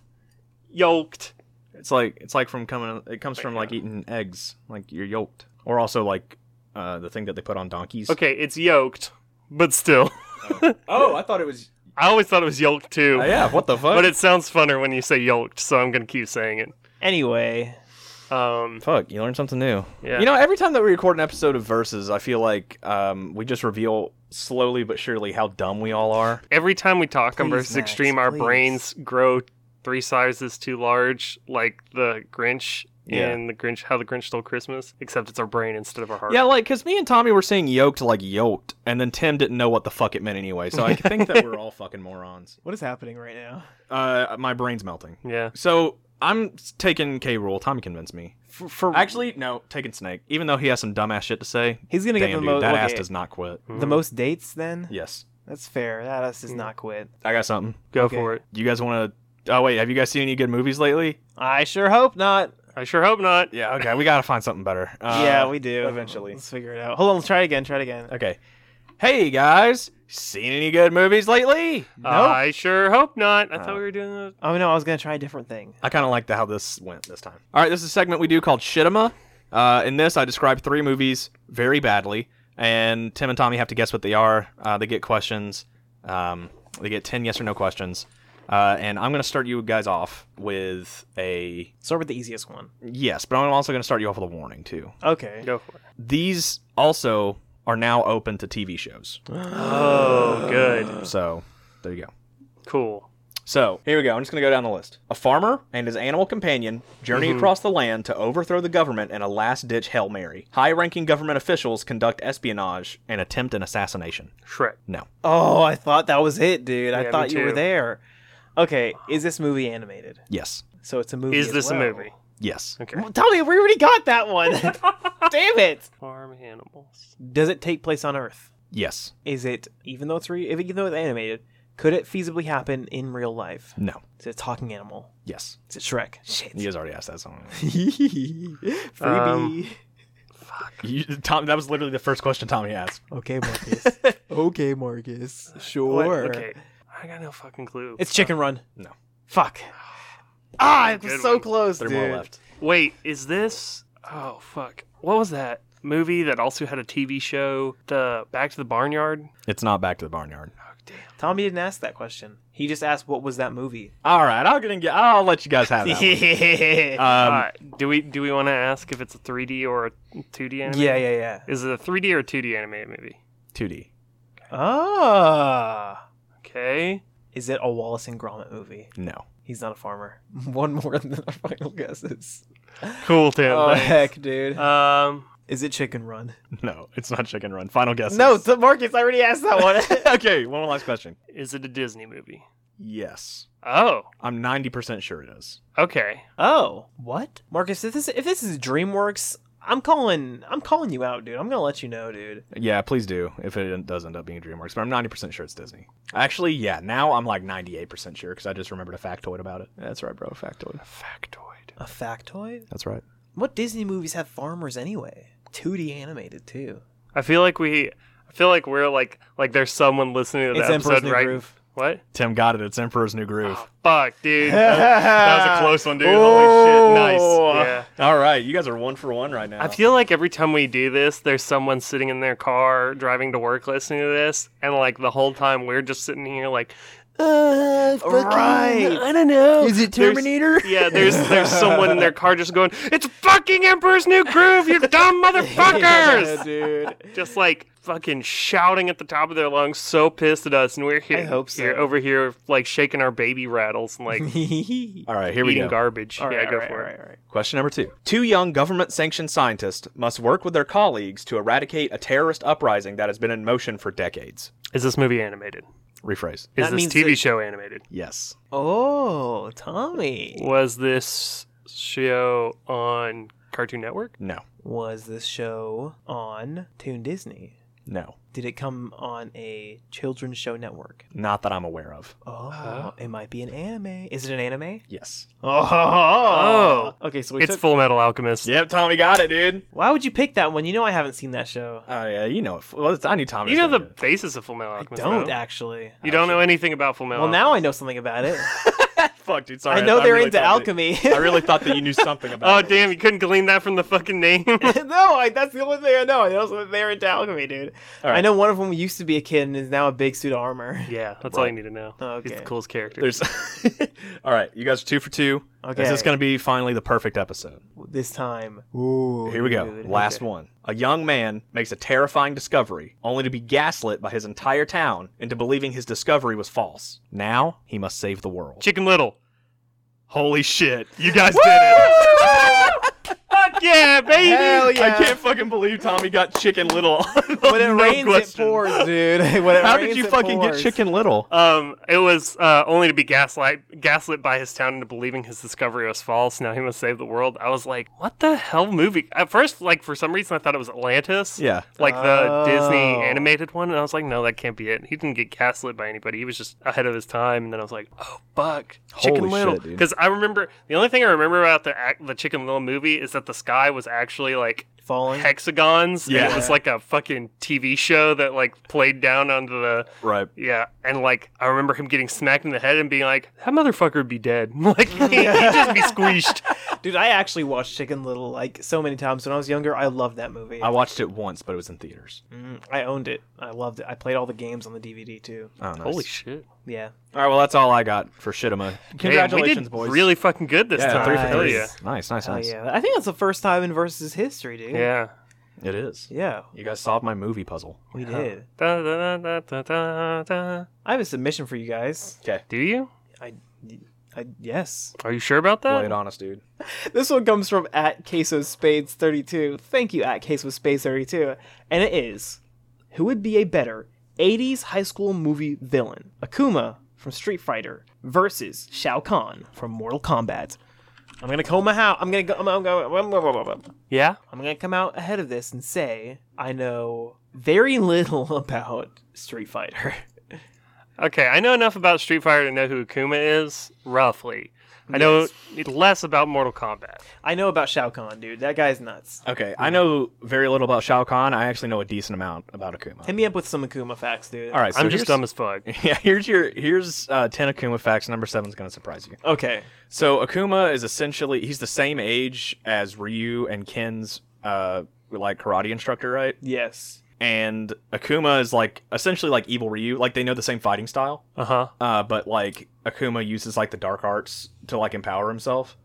B: yoked.
A: It's like it's like from coming. It comes from like eating eggs. Like you're yoked, or also like uh, the thing that they put on donkeys.
B: Okay, it's yoked, but still.
A: Oh, I thought it was.
B: I always thought it was yolked too.
A: Oh, yeah. What the fuck?
B: But it sounds funner when you say yolked, so I'm gonna keep saying it.
C: Anyway.
B: Um,
A: Fuck, you learn something new.
B: Yeah.
A: You know, every time that we record an episode of Versus, I feel like um, we just reveal slowly but surely how dumb we all are.
B: every time we talk on
C: Please,
B: versus
C: Max,
B: extreme, our
C: please.
B: brains grow three sizes too large, like the Grinch
A: Yeah.
B: and the Grinch, how the Grinch stole Christmas, except it's our brain instead of our heart.
A: Yeah, like, because me and Tommy were saying yoked like yoked, and then Tim didn't know what the fuck it meant anyway, so I think that we're all fucking morons.
C: What is happening right now?
A: Uh, my brain's melting.
B: Yeah.
A: So I'm taking K Rule. Tommy convinced me.
C: For, for
A: Actually, no, taking Snake, even though he has some dumbass shit to say.
C: he's gonna
A: Damn,
C: get the
A: dude,
C: most
A: that
C: okay,
A: ass does not quit.
B: Mm-hmm.
C: the most dates then?
A: Yes.
C: That's fair. That ass does not quit.
A: I got something.
B: Go
C: Okay.
B: for it.
A: You guys want to. Oh, wait, have you guys seen any good movies lately?
C: I sure hope not.
B: I sure hope not.
A: Yeah, okay, we got to find something better. Uh,
C: yeah, we do.
A: eventually.
C: Let's figure it out. Hold on, let's try it again, try it again.
A: Okay. Hey guys, seen any good movies lately?
B: I sure hope not. I
A: Oh.
B: thought we were doing the
C: Oh no, I was gonna try a different thing.
A: I kind of liked how this went this time. All right, this is a segment we do called Shitema. Uh, in this, I describe three movies very badly, and Tim and Tommy have to guess what they are. Uh, they get questions. Um, they get ten yes or no questions. Uh, and I'm gonna start you guys off with a
C: Start with the easiest one.
A: yes, but I'm also gonna start you off with a warning too.
C: Okay.
B: go for it.
A: These also are now open to TV shows.
B: Oh, good,
A: So there you go.
B: cool.
A: So here we go. I'm just gonna go down the list. A farmer and his animal companion journey across the land to overthrow the government in a last-ditch hail mary. High-ranking government officials conduct espionage and attempt an assassination.
B: Shrek.
A: No,
C: Oh, I thought that was it, dude.
B: Yeah,
C: I
B: me
C: thought you were
B: too.
C: there. Okay, is this movie animated?
A: yes,
C: So it's a movie.
B: Is
C: as
B: this a
C: well.
B: movie?
A: yes.
B: Okay.
C: Well, Tommy, we already got that one. Damn it!
B: Farm animals.
C: Does it take place on Earth?
A: Yes,
C: Is it even though it's re- even though it's animated, could it feasibly happen in real life?
A: no,
C: Is it a talking animal?
A: yes.
C: Is it Shrek? Shit.
A: You guys already asked that song.
B: Um,
C: Freebie.
A: you, Tom, that was literally the first question Tommy asked.
C: Okay, Marcus. okay,
A: Uh,
C: Marcus.
B: What?
C: Sure.
B: Okay. I got no fucking clue.
C: It's Chicken Run.
A: No.
C: Fuck. Ah, it
B: Good
C: was so
B: one.
C: close,
A: Three
C: dude.
A: more left.
B: Wait, is this? Oh fuck! What was that movie that also had a TV show? The Back to the Barnyard.
A: It's not Back to the Barnyard.
B: Oh damn!
C: Tommy didn't ask that question. He just asked, "What was that movie?"
A: All right, I'm gonna get. I'll let you guys have Ah, that. one.
C: yeah,
A: Um,
B: Uh, do we do we want to ask if it's a 3D or a 2D anime?
C: yeah, yeah.
B: Is it a 3D or a 2D animated movie?
A: 2D.
C: Ah,
B: Okay.
C: is it a Wallace and Gromit movie?
A: No.
C: He's not a farmer. One more than our final guesses.
B: Cool, Tim.
C: Oh heck, dude!
A: Uh,
B: Um.
C: Is it Chicken Run?
A: No, it's not Chicken Run. Final guess.
C: No, so Marcus, I already asked that one.
A: okay, one last question.
B: Is it a Disney movie?
A: Yes.
B: Oh.
A: I'm 90% sure it is.
B: Okay.
C: oh, what, Marcus? If this if this is DreamWorks, I'm calling I'm calling you out, dude. I'm gonna let you know, dude.
A: Yeah, please do if it does end up being DreamWorks, but I'm 90% sure it's Disney. Actually, yeah, now I'm like 98% sure because I just remembered a factoid about it. That's right, bro, factoid.
B: Factoid.
C: A factoid?
A: That's right.
C: What Disney movies have farmers anyway? 2D animated too.
B: I feel like we, I feel like we're like like there's someone listening to the
C: It's
B: episode
C: Emperor's New
B: right.
C: Groove.
B: What?
A: Tim got it. It's Emperor's New Groove.
B: Fuck, dude. That, that was a close one, dude. Holy shit. Nice. Yeah.
A: All right, you guys are one for one right now.
B: I feel like every time we do this, there's someone sitting in their car driving to work listening to this, and like the whole time we're just sitting here like, uh, fucking,
C: Right.
B: I don't know.
C: Is it
B: There's-
C: Terminator?
B: yeah, there's there's someone in their car just going, it's fucking Emperor's New Groove, you dumb
C: Yeah,
B: motherfuckers!
C: dude.
B: just like fucking shouting at the top of their lungs, so pissed at us, and we're here,
C: I hope so.
B: here over here like shaking our baby rattles and like
A: All right, here we
B: eating
A: go.
B: garbage.
C: All right,
B: yeah,
C: all
B: go
C: right,
B: for
C: all
B: it.
C: right, all right.
A: Question number two. Two young government sanctioned scientists must work with their colleagues to eradicate a terrorist uprising that has been in motion for decades.
B: Is this movie animated?
A: Rephrase.
B: Is
C: That
B: this
C: means
B: TV
C: that-
B: show animated?
A: Yes.
C: Oh, Tommy.
B: Was this show on Cartoon Network?
A: No.
C: Was this show on Toon Disney?
A: No.
C: Did it come on a children's show network?
A: Not that I'm aware of.
C: Oh,
B: Huh?
C: it might be an anime. Is it an anime?
A: Yes.
C: Oh. Okay, so we
B: it's
C: took-
B: Full Metal Alchemist.
A: Yep, Tommy got it, dude.
C: Why would you pick that one? You know I haven't seen that show.
A: Oh yeah, you know it. Well, it's- I knew Tommy.
B: You
A: was
B: know
A: gonna
B: the
A: get it.
B: basis of Full Metal
C: I
B: Alchemist.
C: don't
B: though.
C: actually.
B: You don't know anything about Full Metal.
C: Well, now I know something about it.
A: fuck, dude. Sorry.
C: I know they're
A: really
C: into
A: thought that-
C: alchemy.
A: I really thought that you knew something
B: Oh
A: about. it.
B: damn! You couldn't glean that from the fucking name.
C: no, I, that's the only thing I know. I know that they're into alchemy, dude.
A: All right.
C: I know one of them used to be a kid and is now a big suit of armor.
B: yeah, that's all
A: Right.
B: you need to know. He's
C: Okay.
B: the coolest character.
A: There's. All right, you guys are two for two.
C: Okay.
A: This is going to be finally the perfect episode.
C: This time. Ooh.
A: Here we go.
C: dude.
A: Last
C: Okay.
A: one. A young man makes a terrifying discovery, only to be gaslit by his entire town into believing his discovery was false. Now he must save the world.
B: Chicken Little.
A: Holy shit!
B: You guys did it. Fuck yeah, baby!
C: Hell yeah.
A: I can't fucking believe Tommy got Chicken Little.
C: When it rains, it pours, dude. When it
A: How
C: rains,
A: did you
C: it
A: fucking
C: pours.
A: get Chicken Little?
B: Um, it was uh, only to be gaslight gaslit by his town into believing his discovery was false. Now he must save the world. I was like, what the hell movie? At first, like for some reason, I thought it was Atlantis.
A: Yeah.
B: Like the
C: Oh.
B: Disney animated one, and I was like, "No, that can't be it." He didn't get gaslit by anybody. He was just ahead of his time. And then I was like, "Oh fuck, Chicken
A: Holy
B: Little,"
A: shit, dude.
B: because I remember the only thing I remember about the ac- the Chicken Little movie is that the sky was actually like
C: Falling.
B: hexagons. and
A: Yeah.
B: it was like a fucking TV show that like played down onto the
A: Right.
B: yeah, and like I remember him getting smacked in the head and being like, "That motherfucker would be dead." Like he, would just be squeezed.
C: Dude, I actually watched Chicken Little like so many times when I was younger. I loved that movie.
A: I watched it once, but it was in theaters.
C: Mm, I owned it. I loved it. I played all the games on the DVD too.
A: Oh, nice.
B: Holy shit!
C: Yeah.
A: All right, well, that's all I got for Shitima. Congratulations,
B: Damn, we did
A: boys.
B: Really fucking good this
A: yeah,
B: time.
A: three for
B: Hell
A: three.
B: Yeah.
A: Nice, nice,
C: Hell
A: nice.
C: Oh, yeah. I think that's the first time in versus history, dude.
B: Yeah.
A: It is.
C: Yeah,
A: You guys solved my movie puzzle.
C: we did.
B: Da, da, da, da, da, da.
C: I have a submission for you guys.
A: Okay.
B: Do you?
C: I, I yes.
B: Are you sure about
A: Play it
B: that?
A: honest, dude.
C: This one comes from at Case of Spades thirty two. Thank you, at Case of Spades thirty two. And it is, who would be a better '80s high school movie villain? Akuma from Street Fighter versus Shao Kahn from Mortal Kombat. I'm gonna comb my how. I'm gonna go. I'm gonna go.
B: Yeah.
C: I'm gonna come out ahead of this and say I know very little about Street Fighter.
B: Okay, I know enough about Street Fighter to know who Akuma is roughly. I know less about Mortal Kombat.
C: I know about Shao Kahn, dude. That guy's nuts.
A: Okay, I know very little about Shao Kahn. I actually know a decent amount about Akuma.
C: Hit me up with some Akuma facts, dude.
A: All right, so
B: I'm
A: here's-
B: just dumb as fuck.
A: Yeah, here's your here's uh, ten Akuma facts. Number seven's gonna surprise you.
C: Okay.
A: So Akuma is essentially he's the same age as Ryu and Ken's uh like karate instructor, right?
C: Yes.
A: And Akuma is like essentially like evil Ryu. Like they know the same fighting style,
B: Uh huh.
A: uh, but like Akuma uses like the dark arts to like empower himself.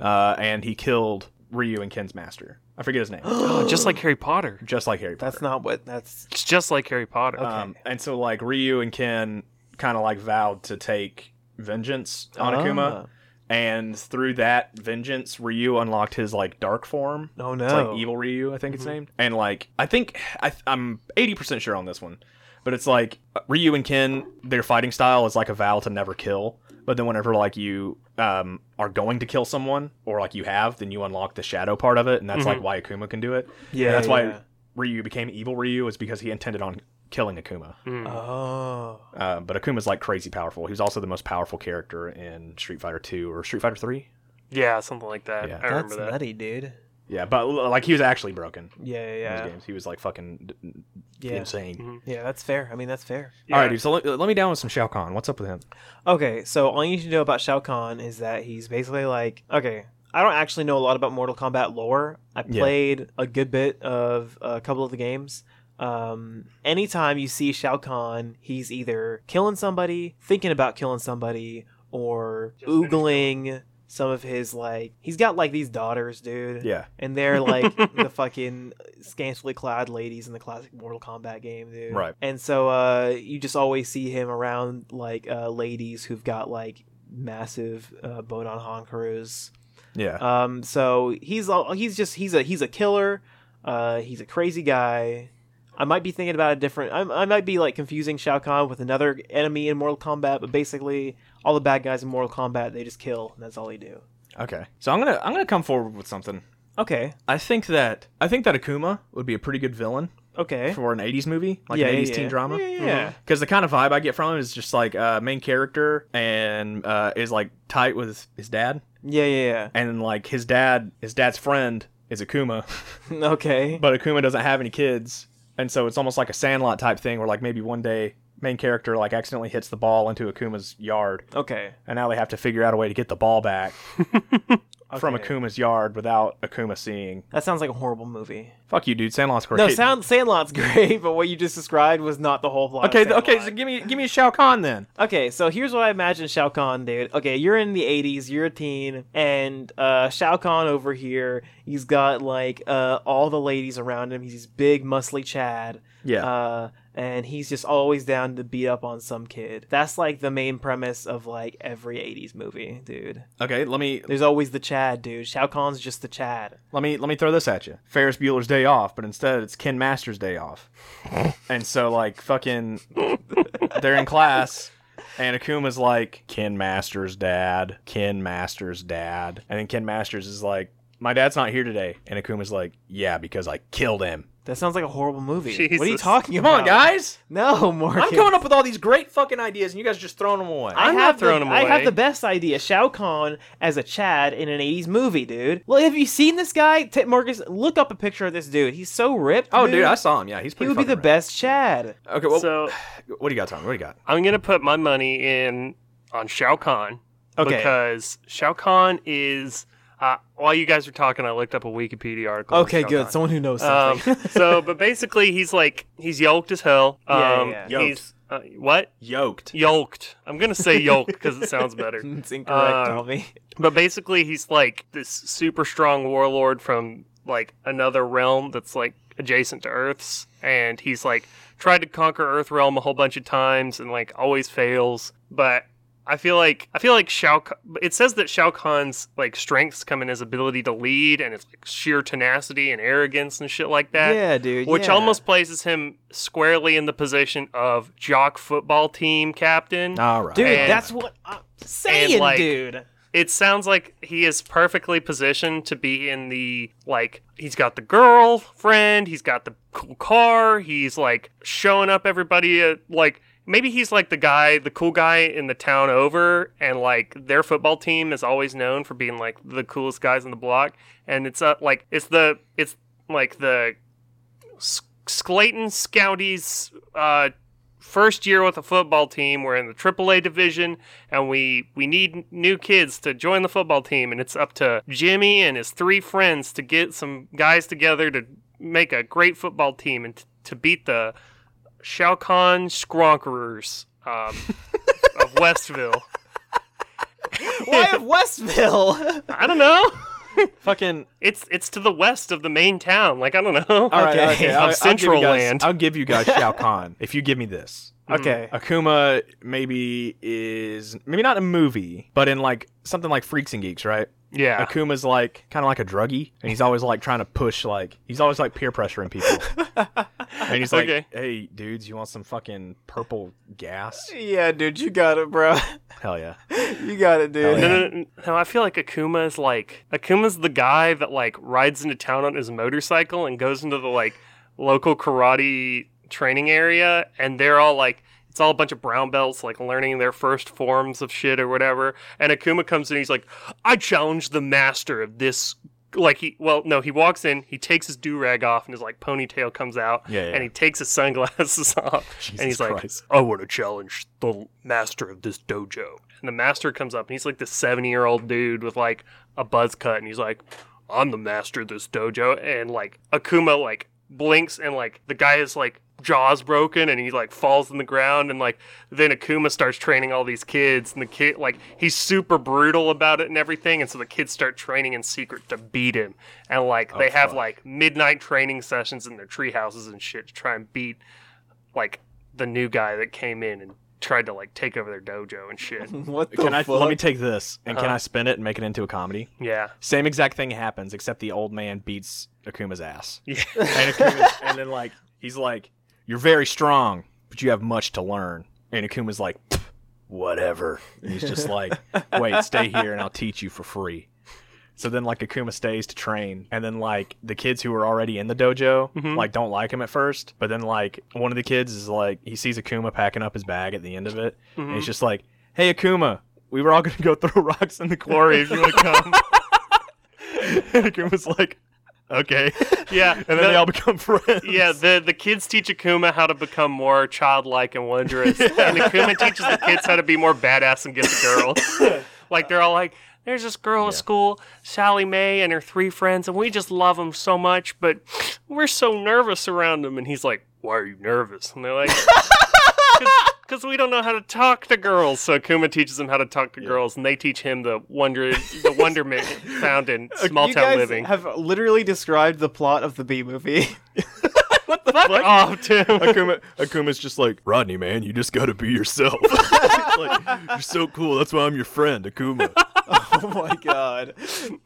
A: Uh, and he killed Ryu and Ken's master. I forget his name,
B: Oh, just like Harry Potter.
A: just like Harry Potter.
C: That's not what. That's
B: It's just like Harry Potter.
A: Um, and so like Ryu and Ken kind of like vowed to take vengeance on Akuma,
C: Ah.
A: and through that vengeance, Ryu unlocked his like dark form.
C: Oh Mm-hmm. no.
A: It's like evil Ryu, I think it's named. And like I think I, I'm 80 percent sure on this one, but it's like Ryu and Ken, their fighting style is like a vow to never kill. But then whenever like you um, are going to kill someone or like you have, then you unlock the shadow part of it, and that's like
C: Mm-hmm.
A: why Akuma can do it. And
C: Yeah,
A: that's why
C: yeah.
A: Ryu became evil Ryu is because he intended on killing Akuma.
B: Mm.
C: Oh.
A: Uh, but Akuma's like crazy powerful. He was also the most powerful character in Street Fighter 2 or Street Fighter 3.
B: Yeah, something like that.
A: Yeah.
B: I remember
C: That's
B: that.
C: nutty, dude.
A: Yeah, but like he was actually broken
C: Yeah,
A: in
C: yeah,
A: those games. He was like fucking d-
C: yeah. Yeah.
A: insane.
C: yeah, that's fair. I mean, that's fair.
B: Yeah.
A: All right, dude. So let, let me down with some Shao Kahn. What's up with him?
C: Okay, so all you need to know about Shao Kahn is that he's basically like okay. I don't actually know a lot about Mortal Kombat lore. I
A: Yeah.
C: played a good bit of a couple of the games. Um, anytime you see Shao Kahn, he's either killing somebody, thinking about killing somebody, or
B: Just finished
C: oogling some of his like. He's got like these daughters, dude.
A: Yeah,
C: And they're like the fucking scantily clad ladies in the classic Mortal Kombat game, dude.
A: Right.
C: And so uh, you just always see him around like uh, ladies who've got like massive uh, Bodon Honkarus.
A: yeah.
C: Um, so he's all, he's just he's a he's a killer. Uh, he's a crazy guy. I might be thinking about a different. I, I might be like confusing Shao Kahn with another enemy in Mortal Kombat, but basically all the bad guys in Mortal Kombat they just kill, and that's all they do.
A: okay. So I'm gonna I'm gonna come forward with something.
C: Okay.
A: I think that I think that Akuma would be a pretty good villain
C: Okay.
A: for an '80s movie, like
C: Eh? Yeah,
A: an
C: yeah,
A: '80s teen
C: yeah.
A: drama.
C: Yeah, yeah, yeah.
A: Because the kind of vibe I get from him is just like uh, main character and uh, is like tight with his, his dad,
C: Yeah, yeah,
A: and like his dad, his dad's friend is Akuma,
C: yeah. Okay.
A: but Akuma doesn't have any kids, and so it's almost like a Sandlot type thing where like maybe one day main character like accidentally hits the ball into Akuma's yard,
C: Okay.
A: and now they have to figure out a way to get the ball back from
C: Okay.
A: Akuma's yard without Akuma seeing.
C: That sounds like a horrible movie.
A: Fuck you, dude. Sandlot's great.
C: No, sound Sandlot's great, but what you just described was not the whole plot. of
A: Okay, th- okay.
C: Sandlot.
A: So give me give me a Shao Kahn then.
C: Okay, so here's what I imagine Shao Kahn, dude. Okay, you're in the 80s, you're a teen, and uh, Shao Kahn over here, he's got like uh, all the ladies around him. He's this big, muscly Chad.
A: Yeah.
C: Uh, and he's just always down to beat up on some kid. That's like the main premise of like every 80s movie, dude.
A: okay. Let me
C: There's always the Chad, dude. Shao Kahn's just the Chad.
A: Let me let me throw this at you. Ferris Bueller's Day Off, but instead it's Ken Masters' Day Off. and so like fucking, they're in class, and Akuma's like Ken Masters' dad, Ken Masters' dad, and then Ken Masters is like, my dad's not here today, and Akuma's like, yeah, because I killed him.
C: That sounds like a horrible movie. What are you
B: Jesus.
C: talking
A: Come
C: about?
A: on, guys!
C: No, Morgan.
A: I'm coming up with all these great fucking ideas, and you guys are just throwing them away.
C: I
B: I'm
C: have
B: not throwing
C: the,
B: him
C: I have
B: away.
C: the best idea. Shao Kahn as a Chad in an 80s movie, dude. Well, have you seen this guy? T- Marcus, look up a picture of this dude. He's so ripped.
A: oh, dude, I saw him. Yeah, he's
C: He
A: pretty.
C: would be the
A: fucking rad.
C: best Chad.
A: Okay, well,
B: So
A: what do you got, Tom? What do you got?
B: I'm gonna put my money in on Shao Kahn
C: Okay.
B: because Shao Kahn is. Uh, while you guys were talking, I looked up a Wikipedia article. on
C: okay,
B: Shao
C: good.
B: Kahn.
C: Someone who knows
B: Um,
C: something.
B: so, but basically, he's like he's yoked as hell. Um,
C: Yeah, yeah,
A: yeah.
B: He's uh, what
A: Yoked.
B: yoked. I'm gonna say yoked because it sounds better.
C: it's incorrect,
B: uh,
C: Tommy.
B: But basically, he's like this super strong warlord from like another realm that's like adjacent to Earth's, and he's like tried to conquer Earth realm a whole bunch of times and like always fails. But I feel like I feel like Shao. Ka- It says that Shao Kahn's like strengths come in his ability to lead and his like sheer tenacity and arrogance and shit like that
C: Yeah, dude.
B: which
C: yeah.
B: almost places him squarely in the position of jock football team captain.
A: All right,
C: Dude,
B: and-
C: that's what I'm saying,
B: like-
C: dude.
B: It sounds like he is perfectly positioned to be in the like he's got the girlfriend, he's got the cool car, he's like showing up everybody at, like maybe he's like the guy, the cool guy in the town over and like their football team is always known for being like the coolest guys on the block and it's uh, like it's the it's like the S- Sclayton Scouties uh, first year with a football team. We're in the AAA division, and we we need n- new kids to join the football team. And it's up to Jimmy and his three friends to get some guys together to make a great football team and t- to beat the Shao Kahn Skronkerers um, of Westville.
C: Why of Westville?
B: I don't know.
A: fucking.
B: It's it's to the west of the main town. Like I don't know.
A: All right,
C: Okay.
A: okay.
C: Of
A: I'll- I'll give you
B: Central
A: guys-
B: Land.
A: I'll give you guys Shao Kahn if you give me this.
C: okay.
A: Akuma maybe is maybe not a movie, but in like something like Freaks and Geeks, right?
B: Yeah.
A: Akuma's like kind of like a druggie, and he's always like trying to push, like he's always like peer pressuring people, and he's like,
B: Okay.
A: "Hey, dudes, you want some fucking purple gas?
C: Yeah, dude, you got it, bro.
A: Hell yeah!"
C: you got it, dude.
A: Hell
B: No, no, no, no, I feel like Akuma is like Akuma's the guy that like rides into town on his motorcycle and goes into the like local karate training area, and they're all like, It's all a bunch of brown belts like learning their first forms of shit or whatever. And Akuma comes in, he's like, I challenge the master of this. Like he, well, no, he walks in, he takes his do rag off, and his like ponytail comes out,
A: Yeah, yeah.
B: and he takes his sunglasses off,
A: Jesus
B: and he's
A: Christ.
B: like, I want to challenge the master of this dojo. And the master comes up, and he's like this 70 year old dude with like a buzz cut, and he's like, I'm the master of this dojo. And like, Akuma like blinks, and like the guy is like jaws broken, and he like falls on the ground, and like then Akuma starts training all these kids, and the kid like he's super brutal about it and everything, and so the kids start training in secret to beat him, and like they have
A: Oh, fuck.
B: like midnight training sessions in their tree houses and shit to try and beat like the new guy that came in and tried to like take over their dojo and shit.
C: What the
A: Can I
C: fuck?
A: let me take this and can
B: Uh-huh.
A: I spin it and make it into a comedy?
B: yeah.
A: Same exact thing happens, except the old man beats Akuma's ass.
B: Yeah.
A: And, Akuma's, and then like he's like, "You're very strong, but you have much to learn." And Akuma's like, "Pff, "Whatever." And he's just like, "Wait, stay here, and I'll teach you for free." So then like Akuma stays to train, and then like the kids who are already in the dojo
B: Mhm.
A: like don't like him at first, but then like one of the kids is like he sees Akuma packing up his bag at the end of it, and he's just like, "Hey Akuma, we were all gonna go throw rocks in the quarry if you want to come." and Akuma's like, "Okay,"
B: Yeah.
A: and then they all become friends.
B: yeah, the the kids teach Akuma how to become more childlike and wondrous, and Akuma teaches the kids how to be more badass and get the girls. like they're all like, "There's this girl at school, Sally Mae, and her three friends, and we just love them so much, but we're so nervous around them." And he's like, "Why are you nervous?" And they're like. Because we don't know how to talk to girls, so Akuma teaches them how to talk to girls, and they teach him the wonder, the wonderment found in small
C: Uh, you
B: town
C: guys
B: living.
C: have literally described the plot of the B movie.
B: what the fuck? Oh, Tim.
A: Akuma, Akuma's just like Rodney, man. You just gotta be yourself. It's like, you're so cool. That's why I'm your friend, Akuma.
C: oh my god.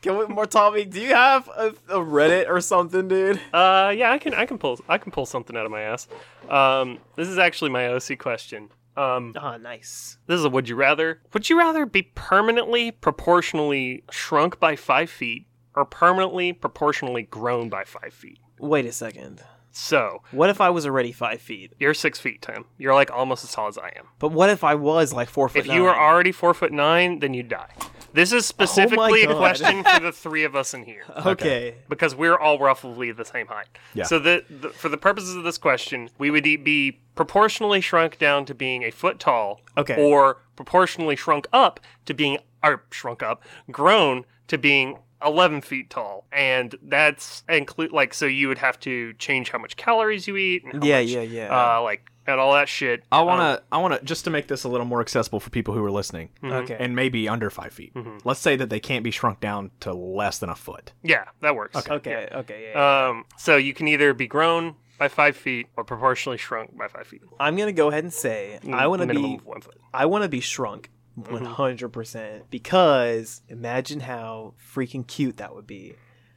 C: Can we, more Tommy, do you have a, a Reddit or something, dude?
B: Uh, yeah, I can, I can pull, I can pull something out of my ass. Um, this is actually my OC question. Um,
C: Ah, nice.
B: this is a would you rather. Would you rather be permanently proportionally shrunk by five feet or permanently proportionally grown by five feet?
C: Wait a second.
B: So
C: What if I was already five feet?
B: you're six feet, Tim. You're like almost as tall as I am.
C: But what if I was like four foot?
B: If you were
C: nine? Oh
B: already four foot nine, then you'd die. This is specifically a
C: God.
B: question for the three of us in here.
C: okay.
B: because we're all roughly the same height.
A: Yeah.
B: So the, the for the purposes of this question, we would e- be proportionally shrunk down to being a foot tall,
C: Okay.
B: or proportionally shrunk up to being or shrunk up, grown to being eleven feet tall, and that's include like so you would have to change how much calories you eat, and how
C: Yeah,
B: much,
C: yeah, yeah.
B: uh, like and all that shit.
A: I wanna, I wanna, just to make this a little more accessible for people who are listening.
C: okay.
A: and maybe under five feet. Let's say that they can't be shrunk down to less than a foot.
B: yeah, that works.
C: okay. Okay. Yeah.
B: Um, so you can either be grown by five feet or proportionally shrunk by five feet.
C: I'm gonna go ahead and say I want to
B: mm, minimum Mm-hmm.
C: be
B: of one foot.
C: I want to be shrunk 100 percent because imagine how freaking cute that would be.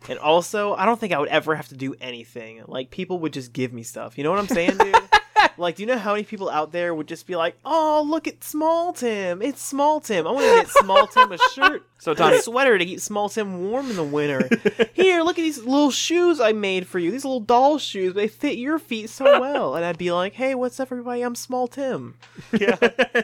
C: And also, I don't think I would ever have to do anything. Like people would just give me stuff. You know what I'm saying, dude? like, do you know how many people out there would just be like, "Oh, look at Small Tim. It's Small Tim. I want to get Small Tim a shirt,
A: So,
C: and
A: Tommy-
C: a sweater to keep Small Tim warm in the winter. Here, look at these little shoes I made for you. These little doll shoes. They fit your feet so well." And I'd be like, "Hey, what's up, everybody? I'm Small Tim."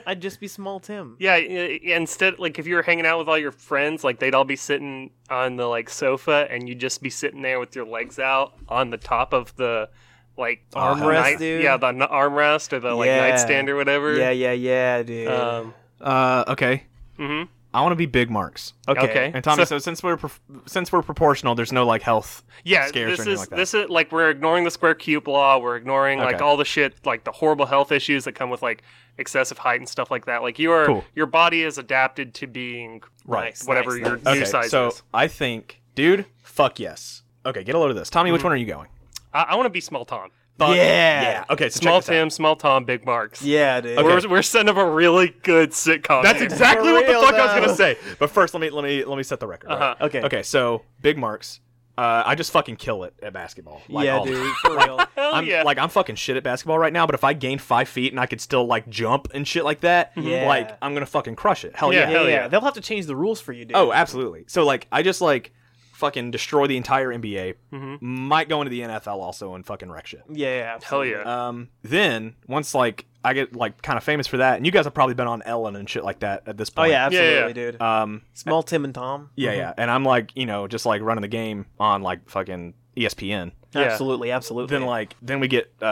C: I'd just be small Tim.
B: Yeah, y- y- instead, like if you were hanging out with all your friends, like they'd all be sitting on the like sofa, and you'd just be sitting there with your legs out on the top of the like
A: Armrest,
B: night-
C: dude.
B: Yeah, the n- armrest or the like
C: Yeah.
B: nightstand or whatever.
C: Yeah, yeah, yeah, dude.
B: Um,
A: Uh, okay.
B: mhm.
A: I want to be big marks.
B: okay.
A: And Tommy, so, since we're pro- since we're proportional, there's no like health. scarce
B: Yeah,
A: or
B: this
A: anything
B: is
A: like that.
B: this is like we're ignoring the square cube law. We're ignoring like
A: Okay.
B: all the shit, like the horrible health issues that come with like excessive height and stuff like that. Like your
A: Cool.
B: your body is adapted to being
A: Right.
B: like, whatever
C: nice,
B: your
C: nice.
B: new
A: Okay.
B: size
A: So
B: is.
A: I think, dude, fuck yes. Okay, get a load of this, Tommy. Which one are you going?
B: I, I want to be small Tom.
A: Fuck
C: Yeah.
A: Okay. So
B: Small
A: check this out.
B: Tim, small Tom, big marks.
C: yeah, dude.
A: Okay.
B: We're, we're setting up a really good sitcom.
A: That's
B: here.
A: exactly
C: For
A: what the
C: real,
A: fuck I was
C: though.
A: gonna say. But first, let me let me let me set the record. right?
B: Uh-huh.
C: Okay.
A: Okay. So big marks. Uh, I just fucking kill it at basketball. Like,
C: yeah,
A: all the time.
C: dude. For real.
B: Hell
A: I'm
B: yeah.
A: like I'm fucking shit at basketball right now, but if I gained five feet and I could still like jump and shit like that,
C: Yeah.
A: like I'm gonna fucking crush it. Hell yeah.
B: Yeah.
C: Yeah,
B: Hell
C: yeah,
B: yeah.
E: Oh,
C: They'll have to change the rules for you, dude.
A: Oh, absolutely. So like I just like
E: fucking destroy the entire NBA.
B: Mhm.
E: Might go into the NFL also and fucking wreck shit.
C: Yeah, yeah
B: Hell
C: absolutely.
B: yeah.
E: Um, then once like I get like kind of famous for that, and you guys have probably been on Ellen and shit like that at this
C: Oh
E: point.
C: yeah,
B: Yeah, yeah,
C: absolutely,
B: yeah.
C: dude.
A: Uh,
E: Um,
C: Small Tim and Tom.
E: yeah,
C: Mhm.
E: yeah. And I'm like, you know, just like running the game on like fucking E ESPN.
B: Yeah.
C: Absolutely, absolutely.
E: Then like, then we get uh,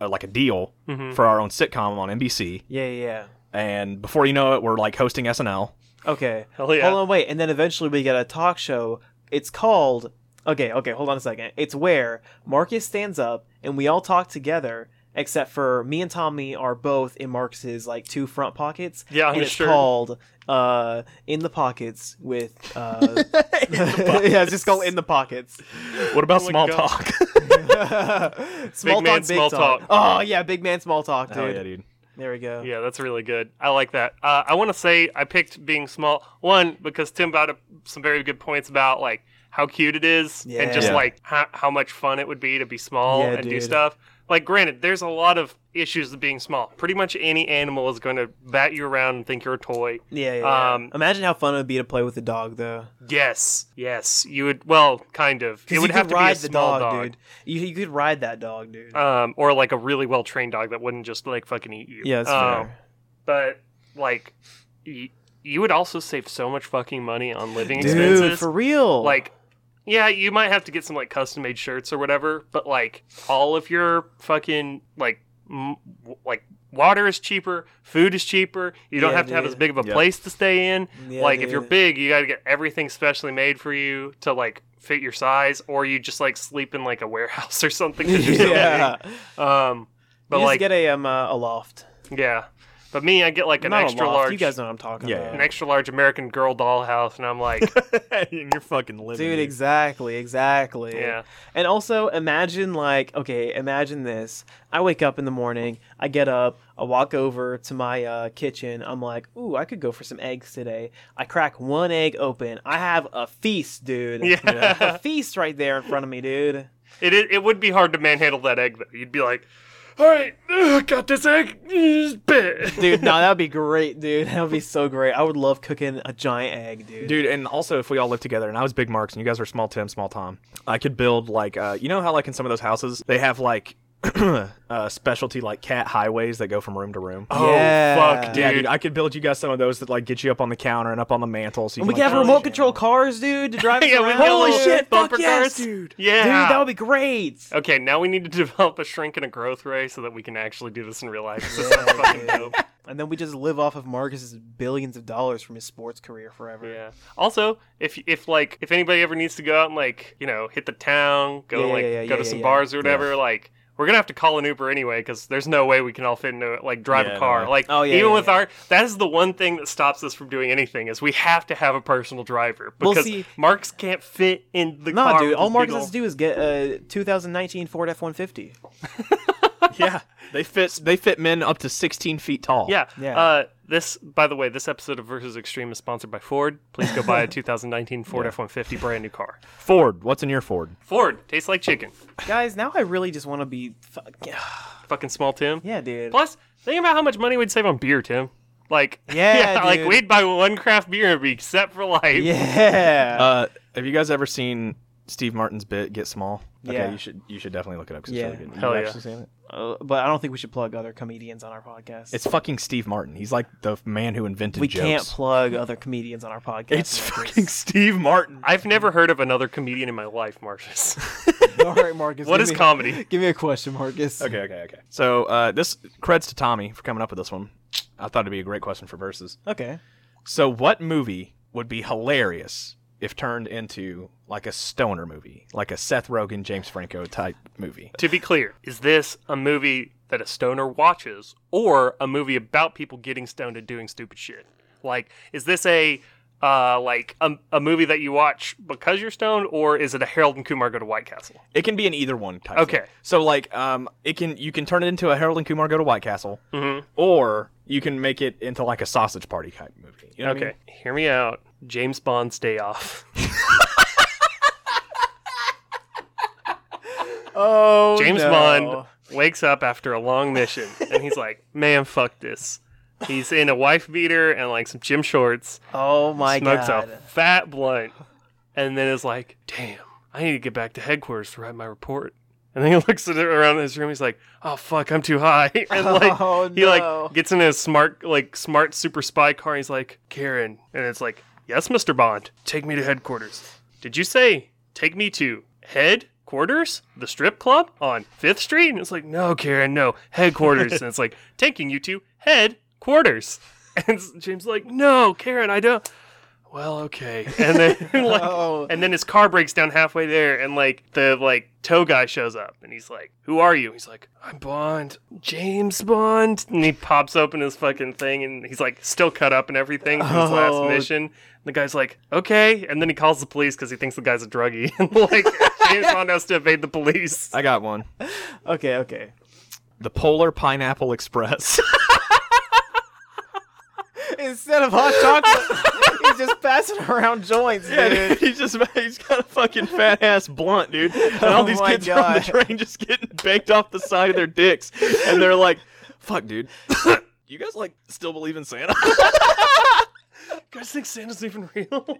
E: a, a like a deal
B: Mhm.
E: for our own sitcom on NBC,
C: yeah, yeah.
E: and before you know it, we're like hosting SNL.
C: yeah. Okay.
B: Hell yeah.
C: Hold on, wait, and then eventually we get a talk show. It's called. Okay, okay, hold on a second. It's where Marcus stands up and we all talk together, except for me and Tommy are both in Marcus's like two front pockets.
B: Yeah, I'm
C: and it's
B: sure.
C: called uh, "In the Pockets" with. Uh, yeah, it's just called "In the Pockets."
E: What about
B: Oh my
E: small
B: God.
E: talk?
C: small
B: man,
C: talk,
B: small
C: big talk.
B: talk.
C: Oh yeah, big man, small talk, dude.
E: Hell Oh, yeah, dude.
C: There we go.
B: Yeah, that's really good. I like that. Uh, I want to say I picked being small one because Tim brought up some very good points about like how cute it is and just
E: Yeah.
B: like how, how much fun it would be to be small
C: Yeah,
B: and do
C: dude.
B: stuff. Like, granted, there's a lot of issues with being small. Pretty much any animal is going to bat you around and think you're a toy.
C: Yeah, yeah, yeah.
B: Um,
C: Imagine how fun it would be to play with a dog, though.
B: Yes, yes, you would. Well, kind of. It
C: you
B: would
C: could
B: have to be a
C: ride
B: small dog,
C: dude. You, you could ride that dog, dude.
B: Um, or like a really well trained dog that wouldn't just like fucking eat you.
C: yeah, that's
B: Um,
C: fair.
B: but like y- you would also save so much fucking money on living
C: Dude,
B: expenses
C: for real.
B: like yeah you might have to get some like custom made shirts or whatever but like all of your fucking like m- w- like water is cheaper food is cheaper you don't
C: Yeah,
B: have to have
C: dude.
B: as big of a
E: Yep.
B: place to stay in
C: Yeah,
B: like if you're
C: dude.
B: big you got to get everything specially made for you to like fit your size or you just like sleep in like a warehouse or something 'cause you're so
C: yeah.
B: big. um but
C: you just
B: like
C: get a um uh, a loft.
B: yeah but me i get like an
C: Not
B: extra
C: a loft.
B: large
C: You guys know what I'm talking
E: Yeah,
C: about.
B: an extra large American Girl dollhouse, and I'm like,
E: and you're fucking living,
C: Dude, exactly, exactly.
B: yeah,
C: And also, imagine like, okay, imagine this. I wake up in the morning, I get up, I walk over to my uh, kitchen. I'm like, ooh, I could go for some eggs today. I crack one egg open. I have a feast, dude.
B: Yeah.
C: a feast right there in front of me, dude.
B: it, it it would be hard to manhandle that egg though. You'd be like, all right, ugh, got this egg, mm, bit.
C: Dude, no, that would be great, dude. That would be so great. I would love cooking a giant egg, dude.
E: dude. And also, if we all lived together, and I was Big Marks, and you guys were Small Tim, Small Tom, I could build like, uh, you know how like in some of those houses they have like uh, specialty like cat highways that go from room to room.
B: Oh
C: Yeah.
B: fuck, dude.
E: Yeah, dude, I could build you guys some of those that like get you up on the counter and up on the mantle. So you
C: And we
E: can,
C: could
E: like,
C: have
E: turn
C: remote
E: the
C: control
E: channel.
C: cars, dude, to drive us
B: oh Yeah, we
C: around.
B: get
E: Holy
B: little
E: shit! Fuck
B: bumper
E: yes,
B: cars.
E: dude.
B: yeah.
C: Dude, that would be great.
B: Okay, now we need to develop a shrink and a growth ray so that we can actually do this in real life. This sounds fucking dope.
C: And then we just live off of Marcus's billions of dollars from his sports career forever.
B: Yeah. Also, if if like if anybody ever needs to go out and like you know hit the town, go
C: Yeah, yeah,
B: like
C: yeah,
B: go
C: yeah,
B: to some
C: yeah.
B: bars or whatever, like. We're gonna have to call an Uber anyway because there's no way we can all fit into it. Like drive
E: Yeah,
B: a car.
E: no.
B: Like
C: Oh, yeah,
B: even
C: yeah,
B: with
C: yeah.
B: our that is the one thing that stops us from doing anything is we have to have a personal driver
C: Well,
B: because
C: see-
B: Marks can't fit in the
C: Nah,
B: car.
C: dude.
B: with
C: All
B: his
C: Marcus
B: big
C: has to do is get a 2019 Ford F-150.
E: yeah, they fit they fit men up to 16 feet tall.
B: old- Yeah.
C: Yeah.
B: Uh, this by the way, this episode of Versus Extreme is sponsored by Ford. Please go buy a 2019 Ford F150 brand new car.
E: Ford, what's in your Ford?
B: Ford tastes like chicken.
C: Guys, now I really just want to be. Fuck.
B: Fucking small Tim.
C: Yeah, dude.
B: Plus, think about how much money we'd save on beer, Tim. Like,
C: Yeah,
B: like
C: dude.
B: we'd buy one craft beer and be set for life.
C: Yeah.
E: Uh, have you guys ever seen Steve Martin's bit "Get Small"? Okay,
C: Yeah.
E: you should you should definitely look it up because
C: Yeah.
E: it's really good.
B: Hell
E: you
B: yeah.
E: actually seen it?
C: Uh, but I don't think we should plug other comedians on our podcast.
E: It's fucking Steve Martin. He's like the man who invented
C: we
E: jokes.
C: can't plug other comedians on our podcast.
E: It's fucking Steve Martin.
B: I've never heard of another comedian in my life, Marcus.
C: all right, Marcus.
B: what
C: give
B: is
C: me-
B: comedy?
C: Give me a question, Marcus.
E: Okay, okay, okay. So uh, this creds to Tommy for coming up with this one. I thought it'd be a great question for verses.
C: Okay.
E: So what movie would be hilarious if turned into like a stoner movie, like a Seth Rogen, James Franco type movie?
B: to be clear, is this a movie that a stoner watches or a movie about people getting stoned and doing stupid shit? Like, is this a uh, like a, a movie that you watch because you're stoned, or is it a Harold and Kumar go to White Castle?
E: It can be an either one type.
B: Okay.
E: thing. So like, um, it can you can turn it into a Harold and Kumar go to White Castle, or you can make it into like a sausage party type movie. You know what I
B: Okay,
E: mean?
B: hear me out. James Bond's Day Off.
C: Oh,
B: James
C: no.
B: Bond wakes up after a long mission and he's like, "Man, fuck this." He's in a wife beater and like some gym shorts.
C: Oh my
B: smokes
C: god.
B: a fat blunt. and then is like, damn, I need to get back to headquarters to write my report. And then he looks at around his room. He's like, "Oh fuck, I'm too high." And like,
C: oh,
B: he
C: no.
B: like gets in his smart like smart super spy car. And he's like, "Karen," and it's like, "Yes, Mister Bond, take me to headquarters." Did you say take me to headquarters, the strip club on Fifth Street? And it's like, "No, Karen, no headquarters." and it's like taking you to headquarters. And James like, "No, Karen, I don't." Well, okay. And then like,
C: Oh.
B: and then his car breaks down halfway there, and like the like tow guy shows up, and he's like, "Who are you?" He's like, "I'm Bond, James Bond." And he pops open his fucking thing, and he's like still cut up and everything from his
C: Oh.
B: last mission. And the guy's like, "Okay," and then he calls the police because he thinks the guy's a druggie, and like James Bond has to evade the police.
E: I got one.
C: Okay, okay.
E: The Polar Pineapple Express.
C: Instead of hot chocolate, he's just passing around joints, dude.
E: he's just he's got a fucking fat ass blunt, dude. And all
C: Oh
E: these
C: my
E: kids
C: God.
E: from the train just getting baked off the side of their dicks, and they're like, "Fuck, dude, you guys like still believe in Santa?
B: You guys think Santa's even real?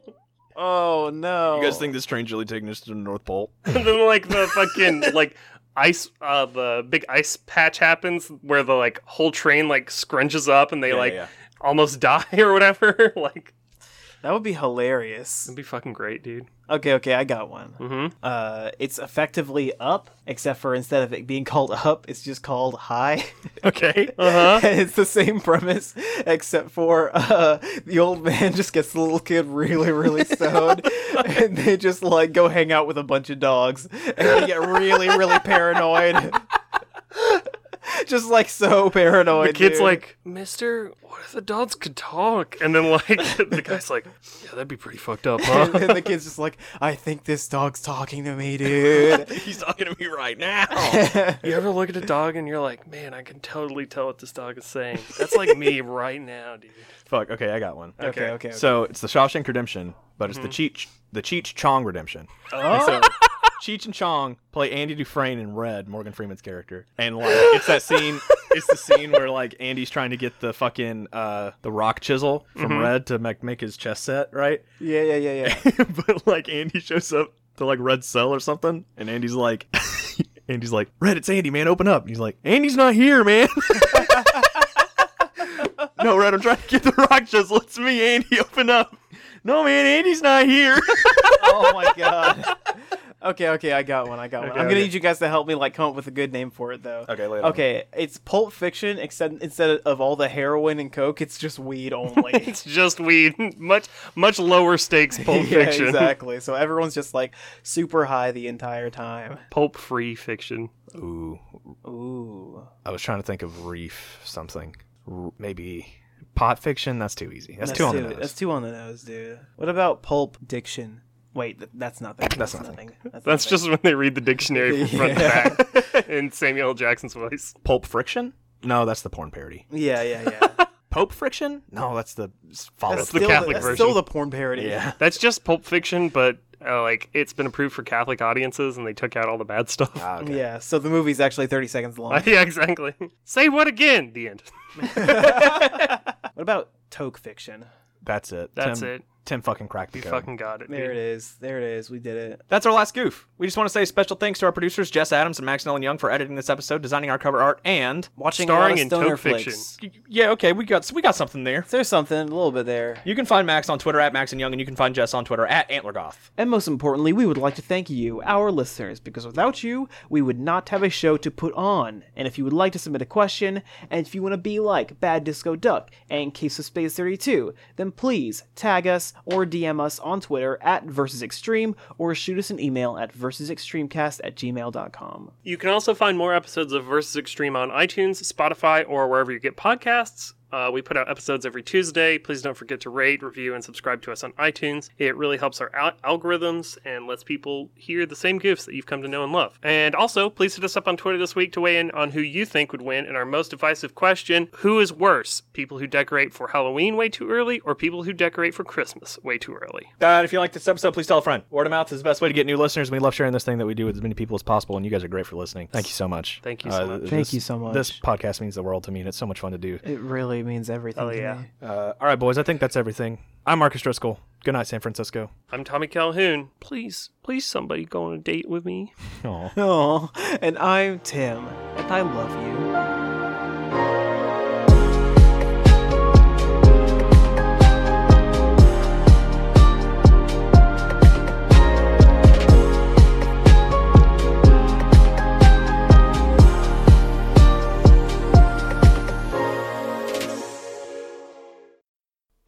C: Oh no.
E: You guys think this train's really taking us to the North Pole?
B: and then like the fucking like ice uh the big ice patch happens where the like whole train like scrunches up and they
E: Yeah,
B: like
E: yeah.
B: almost die or whatever like
C: that would be hilarious?
B: it'd be fucking great dude
C: Okay, okay, I got one.
B: mm-hmm
C: Uh, it's effectively up, except for instead of it being called up, it's just called high.
B: okay uh-huh
C: and it's the same premise, except for uh, the old man just gets the little kid really, really stoned, and they just like go hang out with a bunch of dogs, and they get really, really paranoid. just like so paranoid.
B: the kid's
C: dude.
B: like mister what if the dogs could talk and then like the guy's like yeah that'd be pretty fucked up
C: and
B: huh
C: then the kid's just like, I think this dog's talking to me, dude.
E: He's talking to me right now.
B: you ever look at a dog and you're like man i can totally tell what this dog is saying that's like me right now dude
E: Fuck. Okay, I got one.
C: Okay, okay. Mm-hmm.
E: So it's the Shawshank Redemption, but it's the Cheech the Cheech Chong Redemption. And so
C: Oh.
E: Cheech and Chong play Andy Dufresne in Red, Morgan Freeman's character, and like it's that scene. It's the scene where like Andy's trying to get the fucking uh the rock chisel from
C: Mm-hmm.
E: Red to make make his chess set right,
C: yeah, yeah, yeah, yeah.
E: but like Andy shows up to like Red's cell or something, and Andy's like, Andy's like, Red, it's Andy, man, open up. And he's like, Andy's not here, man. no, Red, I'm trying to get the rock chisel. It's me, Andy, open up. No, man, Andy's not here.
C: oh my god. Okay, okay, I got one. I got one.
B: Okay,
C: I'm gonna
B: okay.
C: need you guys to help me like come up with a good name for it though.
E: Okay, later.
C: Okay, it's Pulp Fiction, except instead of all the heroin and coke, it's just weed only.
B: it's just weed much much lower stakes pulp
C: yeah,
B: fiction
C: exactly. So everyone's just like super high the entire time.
B: pulp free fiction
E: Ooh,
C: Ooh.
E: I was trying to think of reef something. R- maybe pot fiction. That's too easy. That's,
C: That's
E: too on
C: two,
E: the nose.
C: That's two on the nose, dude. What about Pulp Diction? Wait, th- that's nothing. That's,
E: nothing.
B: That's
C: nothing.
B: just when they read the dictionary from front to back in Samuel L. Jackson's voice.
E: Pulp friction. No, that's the porn parody.
C: Yeah, yeah, yeah.
E: Pope friction? No, that's the follow.
C: That's
B: the
C: still the
B: Catholic
C: that's
B: version.
C: still the porn parody.
E: yeah.
B: That's just Pulp Fiction, but uh, like it's been approved for Catholic audiences, and they took out all the bad stuff.
E: Ah, okay.
C: Yeah, so the movie's actually 30 seconds long.
B: yeah, exactly. Say what again? The end.
C: What about Toke Fiction?
E: That's it.
B: That's
E: Tim,
B: it.
E: Tim fucking cracked the
B: You
E: code.
B: fucking got it.
C: There
B: dude.
C: it is. There it is. We did it.
E: That's our last goof. We just want to say special thanks to our producers Jess Adams and Max Nolan Young for editing this episode, designing our cover art, and
C: Watching
B: Starring
C: a lot of
B: in
C: stoner
B: Toke
C: flicks.
B: Fiction.
E: yeah, okay, we got we got something there.
C: There's something a little bit there.
E: You can find Max on Twitter at Max and Young, and you can find Jess on Twitter at Antlergoth.
C: And most importantly, we would like to thank you, our listeners, because without you, we would not have a show to put on. And if you would like to submit a question, and if you want to be like Bad Disco Duck and Case of Space 32, then please tag us or DM us on Twitter at Versus Extreme or shoot us an email at versusextremecast at gmail.com.
B: You can also find more episodes of Versus Extreme on iTunes, Spotify, or wherever you get podcasts. Uh, we put out episodes every Tuesday. Please don't forget to rate, review, and subscribe to us on iTunes. It really helps our al- algorithms and lets people hear the same goofs that you've come to know and love. And also, please hit us up on Twitter this week to weigh in on who you think would win in our most divisive question Who is worse, people who decorate for Halloween way too early or people who decorate for Christmas way too early?
E: Uh, if you like this episode, please tell a friend. Word of mouth is the best way to get new listeners. We love sharing this thing that we do with as many people as possible, and you guys are great for listening. Thank you so much.
B: Thank you so much.
E: th-
C: Thank
E: this-
C: you so much.
E: This podcast means the world to me, and it's so much fun to do.
C: It really, It means everything.
B: Oh,
C: to
B: yeah.
C: me.
E: Uh, all right, boys. I think that's everything. I'm Marcus Driscoll. Good night, San Francisco.
B: I'm Tommy Calhoun. Please, please, somebody go on a date with me.
E: Aw.
C: Oh, and I'm Tim, and I love you.